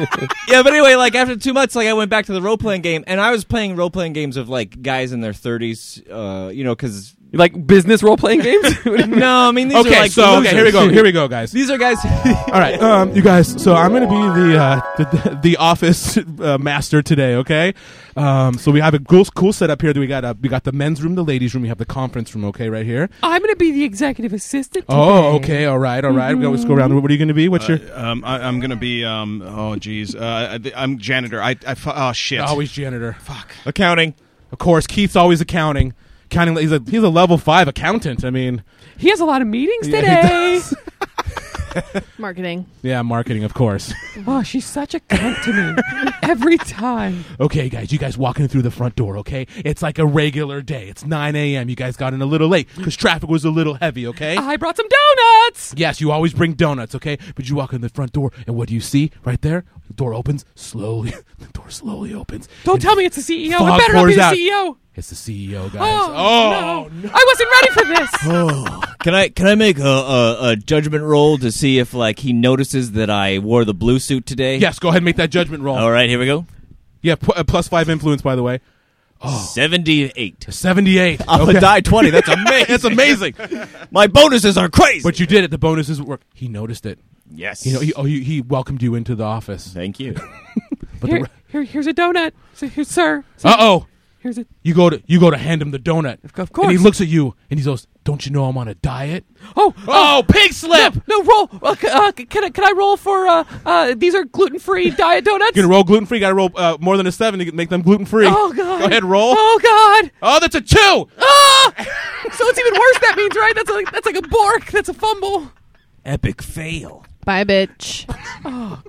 S8: But anyway, like after two months, like I went back to the role playing game, and I was playing role playing games of like guys in their thirties. Uh, you know, because
S6: like business role playing games.
S8: no, I mean these
S5: Okay,
S8: are like
S5: so- okay,
S8: losers.
S5: here we go, here we go, guys.
S8: These are guys.
S5: All right, um, you guys. So I'm going to be the uh, the, the office uh, master today. Okay. Um, so we have a cool, cool setup here. That we got uh, we got the men's room, the ladies' room. We have the conference room. Okay, right here.
S12: I'm going to be the executive assistant.
S5: Oh, okay. All right, all right. We always go around. What are you going to be? What's your?
S7: Uh, um, I, I'm gonna be. Um, oh, geez. Uh, I, I'm janitor. I. I fu- oh shit.
S5: Always janitor. Fuck.
S8: Accounting.
S5: Of course, Keith's always accounting. Counting. He's a he's a level five accountant. I mean,
S12: He has a lot of meetings
S5: Yeah, he
S12: today.
S9: Marketing.
S5: yeah, marketing, of course.
S12: oh, she's such a cunt to me every time.
S5: Okay, guys, you guys walking through the front door, okay? It's like a regular day. It's 9 a.m. You guys got in a little late because traffic was a little heavy, okay?
S12: I brought some donuts.
S5: Yes, you always bring donuts, okay? But you walk in the front door, and what do you see right there? The door opens slowly. the door slowly opens.
S12: Don't tell me it's the CEO.
S5: Fog
S12: it better not be
S5: pours
S12: the
S5: out.
S12: CEO.
S5: It's the CEO, guys.
S12: Oh, no. I wasn't ready for this.
S11: Oh, can I can I make a, a, a judgment roll to see if like he notices that I wore the blue suit today?
S5: Yes, go ahead and make that judgment roll.
S11: All right, here we go.
S5: Yeah, p- uh, plus five influence, by the way.
S11: Seventy-eight.
S5: Seventy-eight.
S11: I'm
S5: Okay.
S11: a die twenty. That's amazing.
S5: That's amazing.
S11: My bonuses are crazy.
S5: But you did it. The bonuses work. He noticed it.
S11: Yes.
S5: You know, he, oh, he, he welcomed you into the office.
S11: Thank you.
S5: but the
S12: Here,
S5: re-
S12: here, here's a donut. So, here, sir.
S5: Uh oh.
S6: Here's it.
S5: You go to you go to hand him the donut. Of
S6: course.
S5: And he looks at you and he goes, "Don't you know I'm on a diet?"
S6: Oh,
S5: oh, pig slip.
S6: No, roll. Uh, c- uh, c- can I can I roll for uh, uh, these are gluten free diet donuts?
S5: You gonna roll gluten free? Got to roll uh, more than a seven to make them gluten free.
S6: Oh god.
S5: Go ahead, roll.
S6: Oh god.
S5: Oh, that's a two.
S6: Ah! so it's even worse. That means right. That's like that's like a bork. That's a fumble.
S5: Epic fail.
S9: Bye, bitch.
S6: Oh,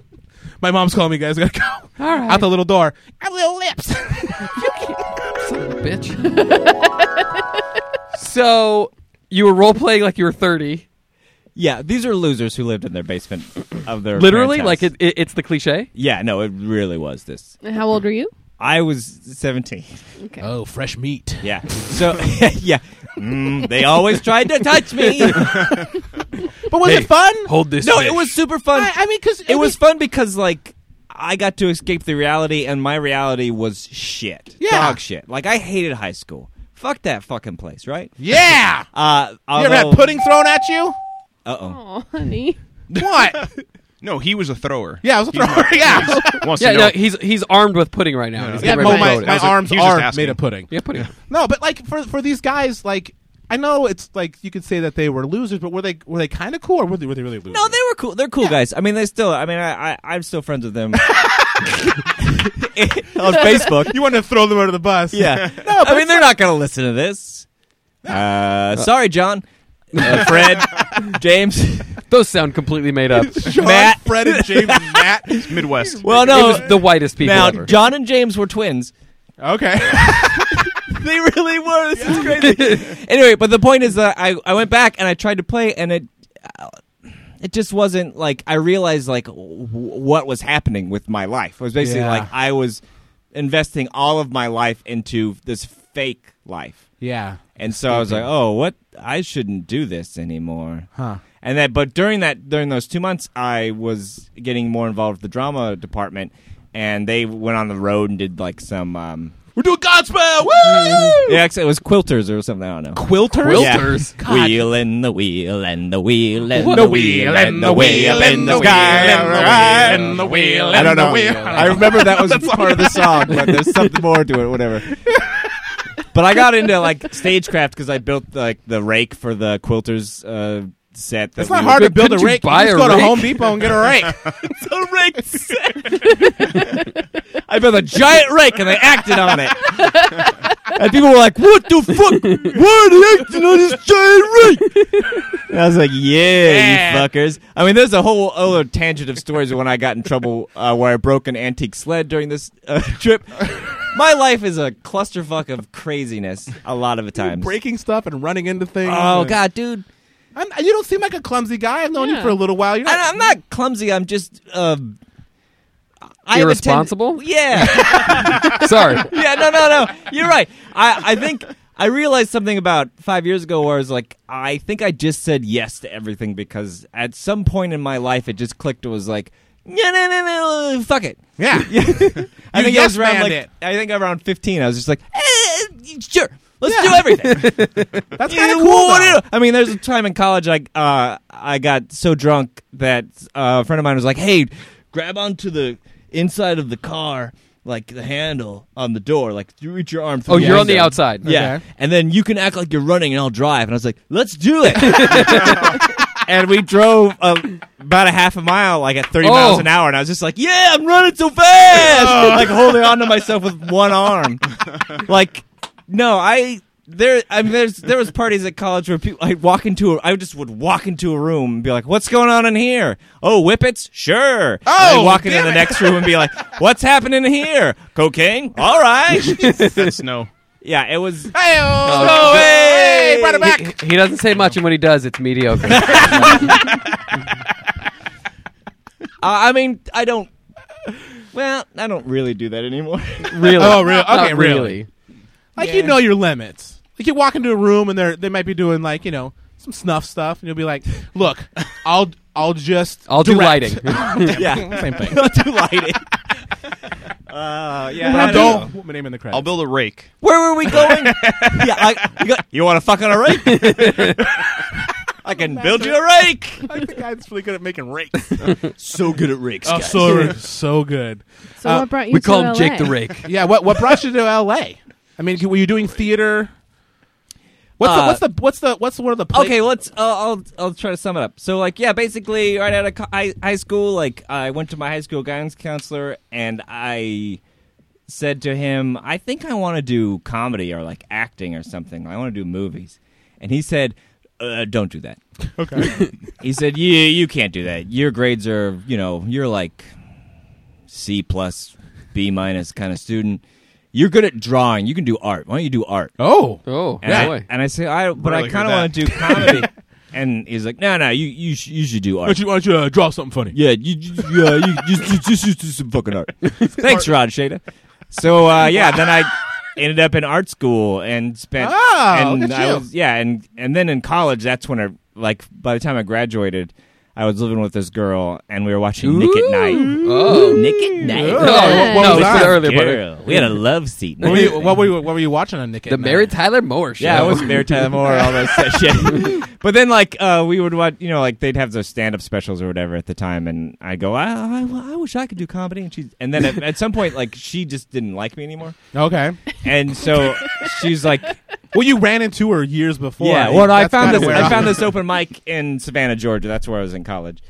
S5: My mom's calling me, guys. I gotta go.
S6: All right.
S5: Out the little door.
S6: I little lips. you can't, son of a bitch. so you were role playing like you were thirty.
S8: Yeah, these are losers who lived in their basement of their
S6: Literally,
S8: parents'
S6: like
S8: house.
S6: it, it, it's the cliche.
S8: Yeah, no, it really was this.
S9: And How old were you?
S8: I was seventeen.
S9: Okay.
S5: Oh, fresh meat.
S8: Yeah. So yeah, mm, they always tried to touch me.
S5: But was
S8: Hey,
S5: it fun?
S8: hold this No, it fish. was super fun.
S5: I, I mean, because
S8: it was fun because like I got to escape the reality, and my reality was shit,
S5: Yeah.
S8: dog shit. Like I hated high school. Fuck that fucking place, right?
S5: Yeah.
S8: Uh,
S5: you ever had pudding thrown at you?
S8: Uh oh.
S9: Oh, honey.
S5: What?
S7: no, he was a thrower.
S5: Yeah, I was a thrower. Yeah.
S7: Wants
S6: yeah,
S7: to know-
S6: no, he's he's armed with pudding right now. He's
S5: Yeah,
S6: getting
S5: my,
S6: ready to
S5: my,
S6: load it.
S5: my arms
S7: he was just
S5: are
S7: asking.
S5: made of pudding.
S6: Yeah, pudding.
S5: No, but like for for these guys, like I know it's like you could say that they were losers, but were they were they kind of cool or were they, were they really losers?
S8: No, they were cool. They're cool guys. I mean, they still. I mean, I, I I'm still friends with them on Facebook.
S5: You want to throw them under the bus?
S8: Yeah.
S5: no, but
S8: I mean, they're not going to listen to this. Uh, sorry, John, uh, Fred, James.
S6: Those sound completely made up.
S8: Matt.
S5: Fred and James and Matt.
S7: It's Midwest.
S8: Well, no,
S6: It was the whitest people
S8: now
S6: ever.
S8: John and James were twins.
S5: Okay.
S8: they really were. This is crazy. anyway, but the point is that I, I went back and I tried to play, and it uh, it just wasn't like I realized like w- what was happening with my life. It was basically
S5: Yeah.
S8: like I was investing all of my life into this fake life.
S5: Yeah.
S8: And so I was like, oh, what? I shouldn't do this anymore.
S5: Huh.
S8: And that, but during that, during those two months, I was getting more involved with the drama department, and they went on the road and did like some. Um,
S5: We're doing Godspell. Woo!
S8: yeah, actually, it was quilters or something. I don't know.
S5: Quilters.
S8: Yeah. Wheel and the wheel and the wheel and
S5: What?
S8: the wheel and the wheel and the sky
S5: and the wheel
S8: I don't know. I remember that was part of the song, but there's something more to it. Whatever. But I got into like stagecraft because I built like the rake for the quilters uh, set. that
S5: It's not
S8: we-
S5: hard to
S6: Could-
S5: build a
S6: could you
S5: rake. You
S6: buy
S5: just
S6: a
S5: go to
S6: rake?
S5: Home Depot and get a rake.
S8: It's a rake. I built a giant rake and I acted on it. And people were like, "What the fuck? Why are they acting on this giant rake?" And I was like, yeah, you fuckers. I mean, there's a whole other tangent of stories of when I got in trouble uh, where I broke an antique sled during this uh, trip. My life is a clusterfuck of craziness a lot of the times.
S5: Breaking stuff and running into things.
S8: Oh,
S5: and-
S8: God, dude.
S5: I'm, you don't seem like a clumsy guy. I've known you
S9: Yeah.
S5: for a little while. You're not,
S8: I, I'm not clumsy. I'm just. Uh, I have a ten-
S6: Irresponsible?
S8: yeah.
S6: Sorry.
S8: yeah, no, no, no. You're right. I, I think I realized something about five years ago where I was like, I think I just said yes to everything because at some point in my life it just clicked. It was like, no, no, no, no, fuck it.
S5: Yeah.
S8: I think I was around
S5: yes-manned
S8: like
S5: it.
S8: I think around 15. I was just like, eh, sure, let's do everything.
S5: That's
S8: Yeah,
S5: kind of cool.
S8: what- what
S5: though.
S8: do you- I mean, there's a time in college I uh, I got so drunk that uh, a friend of mine was like, "Hey, grab onto the inside of the car, like the handle on the door, like you reach your arm." Through
S6: Oh, you're on the
S8: window."
S6: outside.
S8: Yeah,
S5: Okay.
S8: and then you can act like you're running, and I'll drive. And I was like, "Let's do it." And we drove uh, about a half a mile, like at 30
S6: Oh.
S8: miles an hour, and I was just like, "Yeah, I'm running so
S5: Oh.
S8: fast!" like holding on to myself with one arm. Like, no, I there. I mean, there's there was parties at college where people I'd walk into. A, I just would walk into a room and be like, "What's going on in here? Oh, whippets, sure."
S5: Oh,
S8: and I'd walk into
S5: damn
S8: the
S5: it.
S8: next room and be like, "What's happening here? Cocaine? All right."
S7: That's no.
S8: yeah, it was.
S5: Hey,
S8: Oh,
S5: hey, brought it back.
S6: He, he doesn't say much, and when he does, it's mediocre.
S8: I I mean, I don't. Well, I don't really do that anymore.
S6: really?
S5: Oh, really?
S6: Not
S5: Okay, really. Like you know your limits. Like you walk into a room and they're they might be doing like you know some snuff stuff, and you'll be like, "Look, I'll I'll just
S6: I'll do
S5: direct."
S6: lighting.
S8: yeah,
S5: Same thing.
S8: not too lighting. Uh, yeah, I
S5: But
S8: don't know.
S5: don't put my name in the credits.
S7: I'll build a rake.
S8: Where were we going? yeah, I, you, got- you want to fuck on a rake? I can build you a rake.
S5: I think I'm really good at making rakes.
S8: So good at rakes.
S5: oh, so so good.
S9: So
S5: Uh,
S9: what brought you
S6: We
S9: to
S6: call
S9: LA?
S6: him Jake the Rake.
S5: Yeah. What what brought you to L.A. I mean, were you doing theater? What's the,
S8: Uh,
S5: what's the what's the what's one of the pla-
S8: okay let's uh, i'll i'll try to sum it up so like yeah basically right out of co- high, high school like i went to my high school guidance counselor and i said to him i think i want to do comedy or like acting or something i want to do movies and he said uh, don't do that okay he said you you can't do that your grades are you know you're like c plus b minus kind of student you're good at drawing. You can do art. Why don't you do art?
S5: Oh,
S6: oh,
S8: and, I, and I say, I but
S5: Rarely hear
S8: I kind of
S5: that.
S8: want to do comedy. and he's like, no, no, you you, sh- you should do
S5: Why
S8: art.
S5: don't you, why don't you uh, draw something funny?
S8: Yeah, you, you, uh, you just, just, just, just do some fucking art. Thanks, Rod Shada. So uh, yeah, then I ended up in art school and spent.
S5: Oh,
S8: and
S5: look at
S8: I
S5: you.
S8: was, yeah, and and then in college, that's when I like by the time I graduated. I was living with this girl, and we were watching Nick at Night.
S5: Oh.
S8: Nick at Night.
S5: Oh, what- what No, was we said that? earlier, buddy.
S8: Girl, we had a love seat.
S5: What were you, what were you, what were you watching on Nick? at
S8: The
S5: Night?
S8: Mary
S6: Tyler Moore
S8: Yeah, I was Mary Tyler Moore, all those shit. But then, like, uh, we would watch, you know, like they'd have those stand-up specials or whatever at the time, and I go, I, I, I wish I could do comedy, and she's, and then at, at some point, like, she just didn't like me anymore,
S5: Okay.
S8: and so she's like,
S5: Well, you ran into her years before.
S8: yeah, well, I
S5: That's
S8: found
S5: kinda
S8: this.
S5: where
S8: I found this open mic in Savannah, Georgia. That's where I was in college,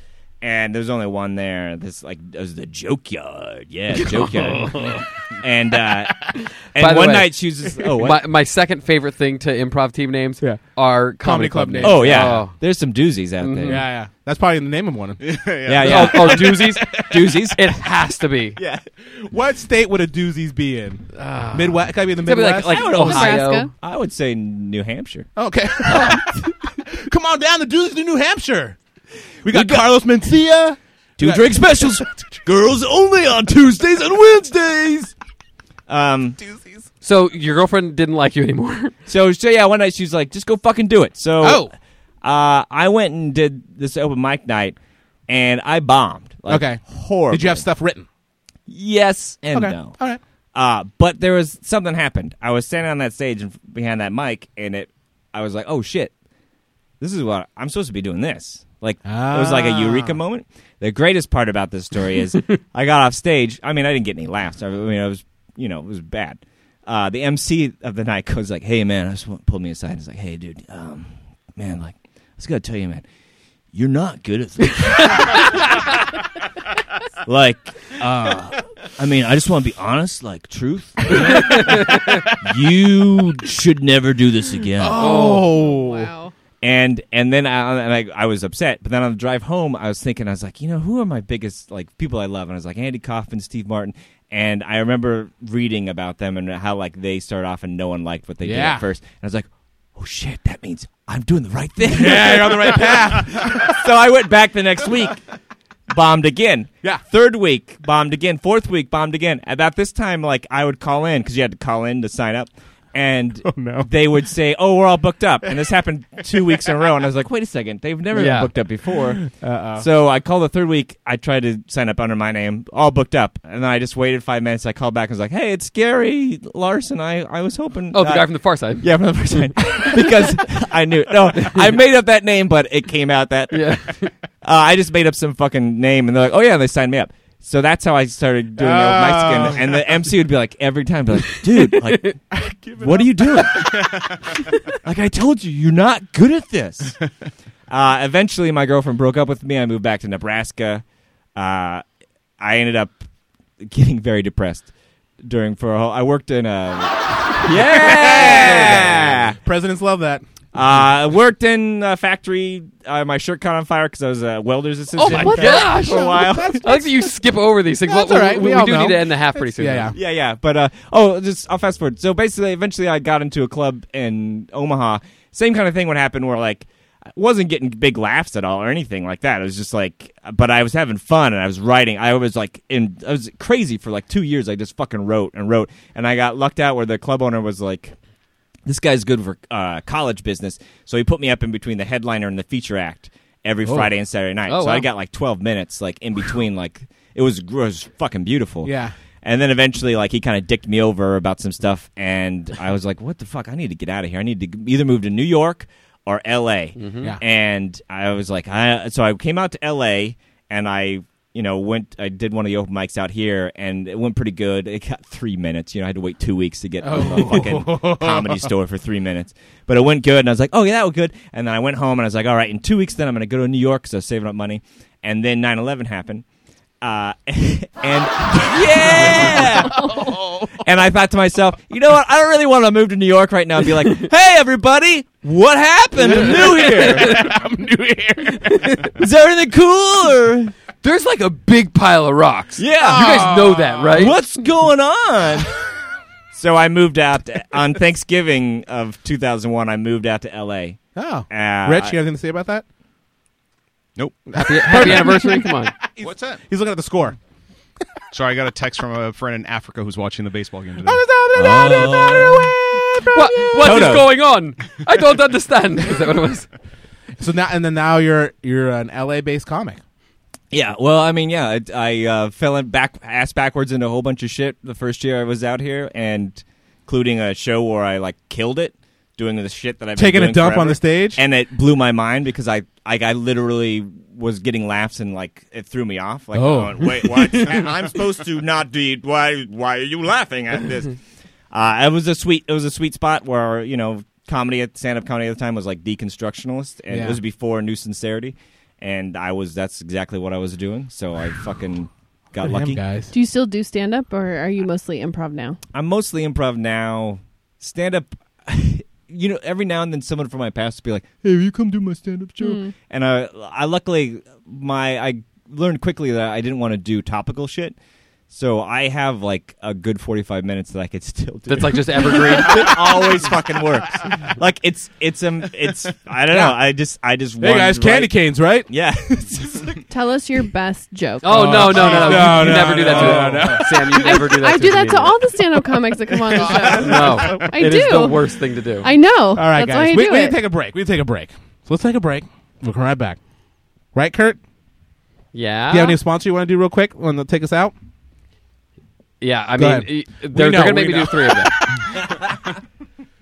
S8: and there's only one there. This like it was the joke yard. Yeah, joke yard. and uh, and
S6: By the
S8: one
S6: way,
S8: night she was just, oh, what?
S6: my, my second favorite thing to improv team names are comedy, club, names.
S8: Oh yeah, there's some doozies out
S6: Mhm.
S8: there.
S5: Yeah, yeah. That's probably the name of one. yeah,
S8: Yeah, yeah.
S6: Oh, oh, doozies, doozies. It has to be.
S5: Yeah. What state would a doozies be in? Midwest? Could I be in the
S6: It's gotta be
S5: Midwest?
S6: like- like oh, I would almost- Ohio. Nebraska.
S8: I would say New Hampshire.
S5: Okay. Come on down to doozies to New Hampshire. We got, Carlos Mencia.
S8: Two drink specials. Girls only on Tuesdays and Wednesdays. Um,
S6: So your girlfriend didn't like you anymore.
S8: So so yeah, one night she was like, "Just go fucking do it." So
S6: Oh.
S8: uh, I went and did this open mic night, and I bombed. Like,
S5: Okay.
S8: horrible.
S5: Did you have stuff written?
S8: Yes and
S5: Okay.
S8: no.
S5: All right.
S8: Uh, but there was something happened. I was standing on that stage and behind that mic, and it, I was like, "Oh shit, this is what I'm supposed to be doing." This like it was like a
S5: Ah.
S8: eureka moment. The greatest part about this story is I got off stage. I mean, I didn't get any laughs. I mean, I was you know it was bad. Uh, the MC of the night goes like, "Hey man," I just want- pulled me aside and was like, "Hey dude, um, man, like I was gonna tell you, man, you're not good at this." like, uh, I mean, I just want to be honest, like truth. you should never do this again.
S5: Oh. Wow.
S8: And and then I and I, I was upset, but then on the drive home, I was thinking, I was like, you know, who are my biggest like people I love? And I was like Andy Kaufman, Steve Martin, and I remember reading about them and how like they started off and no one liked what they did
S5: Yeah.
S8: at first, and I was like, oh shit, that means I'm doing the right thing.
S5: Yeah, you're on the right path.
S8: so I went back the next week, bombed again. Yeah. Third week, bombed again. Fourth week, bombed again. About this time, like I would call in because you had to call in to sign up, and
S5: Oh,
S8: they would say, "Oh, we're all booked up." And this happened two weeks in a row, and I was like, "Wait a second, they've never
S5: Yeah.
S8: been booked up before."
S5: Uh-oh.
S8: So I called the third week. I tried to sign up under my name, all booked up, and then I just waited five minutes. I called back and was like, "Hey, it's Gary Larson. I I was hoping."
S6: Oh, the
S8: that-
S6: guy from the Far Side.
S8: Yeah, from the Far Side. because I knew. No, I made up that name, but it came out that.
S6: Yeah.
S8: Uh, I just made up some fucking name, and they're like, "Oh yeah," and they signed me up. So that's how I started doing the old
S5: Oh.
S8: Mexican, and the MC would be like every time, be like, "Dude, like, what are you doing? like I told you, you're not good at this." Uh, eventually, my girlfriend broke up with me. I moved back to Nebraska. Uh, I ended up getting very depressed during for a whole. I worked in a yeah.
S5: Presidents love that.
S8: Uh, I worked in a factory. Uh, my shirt caught on fire because I was a welder's assistant.
S6: Oh my gosh.
S8: For a while.
S6: That's- I like that you skip over these things. Well,
S8: all right.
S6: We, we
S8: We all
S6: do
S8: know.
S6: need to end the half pretty soon.
S8: yeah, yeah, yeah. But uh, oh, just I'll fast forward. So basically, eventually, I got into a club in Omaha. Same kind of thing would happen where like I wasn't getting big laughs at all or anything like that. It was just like, but I was having fun and I was writing. I was like, in I was crazy for like two years. I just fucking wrote and wrote, and I got lucked out where the club owner was like. This guy's good for uh, college business, so he put me up in between the headliner and the feature act every
S5: Oh.
S8: Friday and Saturday night.
S5: Oh,
S8: so
S5: wow.
S8: I got like twelve minutes, like in between. Like it was, it was fucking beautiful.
S5: Yeah.
S8: And then eventually, like he kind of dicked me over about some stuff, and I was like, "What the fuck? I need to get out of here. I need to either move to New York or L.A."
S5: Mm-hmm. Yeah.
S8: And I was like, "I." So I came out to L.A. and I, you you know, went. I did one of the open mics out here, and it went pretty good. It got three minutes. You know, I had to wait two weeks to get on the fucking comedy store for three minutes, but it went good. And I was like, oh yeah, that was good. And then I went home, and I was like, all right, in two weeks, then I'm going to go to New York because I was saving up money. And then 9/11 happened. Uh, and yeah, and I thought to myself, you know what? I don't really want to move to New York right now and be like, hey, everybody, what happened? I'm new here. I'm new here. Is everything cool? Or?
S6: There's like a big pile of rocks.
S8: Yeah.
S6: You guys know that, right?
S8: What's going on? so I moved out to- on Thanksgiving of 2001. I moved out to L.A.
S5: Oh.
S8: Uh,
S5: Rich, you have anything to say about that?
S7: Nope.
S6: Happy,
S7: What's that?
S5: He's looking at the score.
S7: Sorry, I got a text from a friend in Africa who's watching the baseball game today.
S6: What, what is
S5: Toto.
S6: going on? I don't understand. Is that what it was?
S5: So now and then now you're you're an LA based comic.
S8: Yeah, well, I mean, yeah, I, I uh, fell in back ass backwards into a whole bunch of shit the first year I was out here, and including a show where I like killed it doing the shit that I've been
S5: Taking a
S8: doing
S5: dump on
S8: forever.
S5: the stage?
S8: and it blew my mind because I I, I literally was getting laughs and like it threw me off. Like,
S5: Oh.
S8: oh, wait, what? And I'm supposed to not do. Why? Why are you laughing at this? Uh, it was a sweet. It was a sweet spot where you know comedy at stand up comedy at the time was like deconstructionalist, and
S5: Yeah.
S8: it was before New Sincerity, and I was that's exactly what I was doing. So I fucking got
S5: Good
S8: lucky.
S5: damn, guys.
S9: Do you still do stand up or are you mostly improv now?
S8: I'm mostly improv now. Stand up. You know, every now and then someone from my past would be like, "Hey, will you come do my stand-up show?"
S9: Mm.
S8: And I, I luckily my I learned quickly that I didn't want to do topical shit. So I have like a good forty-five minutes that I could still do.
S6: That's, like, just evergreen.
S8: it always fucking works. Like it's it's um it's I don't know. I just I just
S5: Hey guys, candy canes, right?
S8: Yeah.
S9: Tell us your best joke.
S6: Oh, no, no, no, no.
S5: no,
S6: You- you
S5: no,
S6: never do that
S5: no,
S6: to Sam, you never do that
S9: I
S6: to
S9: do that to
S6: comedians.
S9: all the stand up comics that come on the show.
S6: No.
S9: I
S6: It
S9: do.
S6: is the worst thing to do.
S9: I know.
S5: All right,
S9: That's
S5: guys.
S9: why I
S5: we,
S9: do
S5: we
S9: it.
S5: need to take a break. We need to take a break. So let's take a break. We'll come right back. Right, Kurt? Do
S6: Yeah.
S9: Uh-huh.
S5: you have any sponsor you want to do real quick? Want to take us out?
S6: Yeah, I
S5: Go
S6: mean,
S5: ahead.
S6: y-
S5: We
S6: they're, they're
S5: know,
S6: going to
S5: we
S6: make me
S5: know.
S6: do three of them.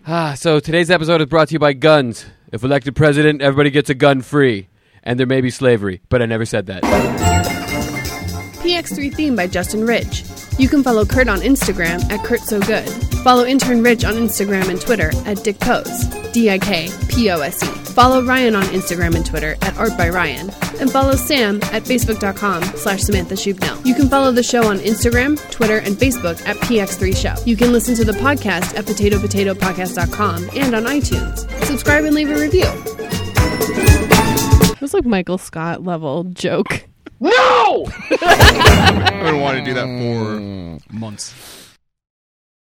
S6: ah, so today's episode is brought to you by guns. If elected president, everybody gets a gun free, and there may be slavery, but I never said that.
S9: PX3 theme by Justin Rich. You can follow Kurt on Instagram at Kurt So Good. Follow intern Rich on Instagram and Twitter at Dick Pose, D I K P O S E. Follow Ryan on Instagram and Twitter at Art by Ryan. And follow Sam at Facebook.com slash Samantha Shubnell. You can follow the show on Instagram, Twitter, and Facebook at PX3 Show. You can listen to the podcast at PotatoPotatoPodcast.com and on iTunes. Subscribe and leave a review. It was like Michael Scott level joke.
S6: No!
S7: I've been wanting to do that for months.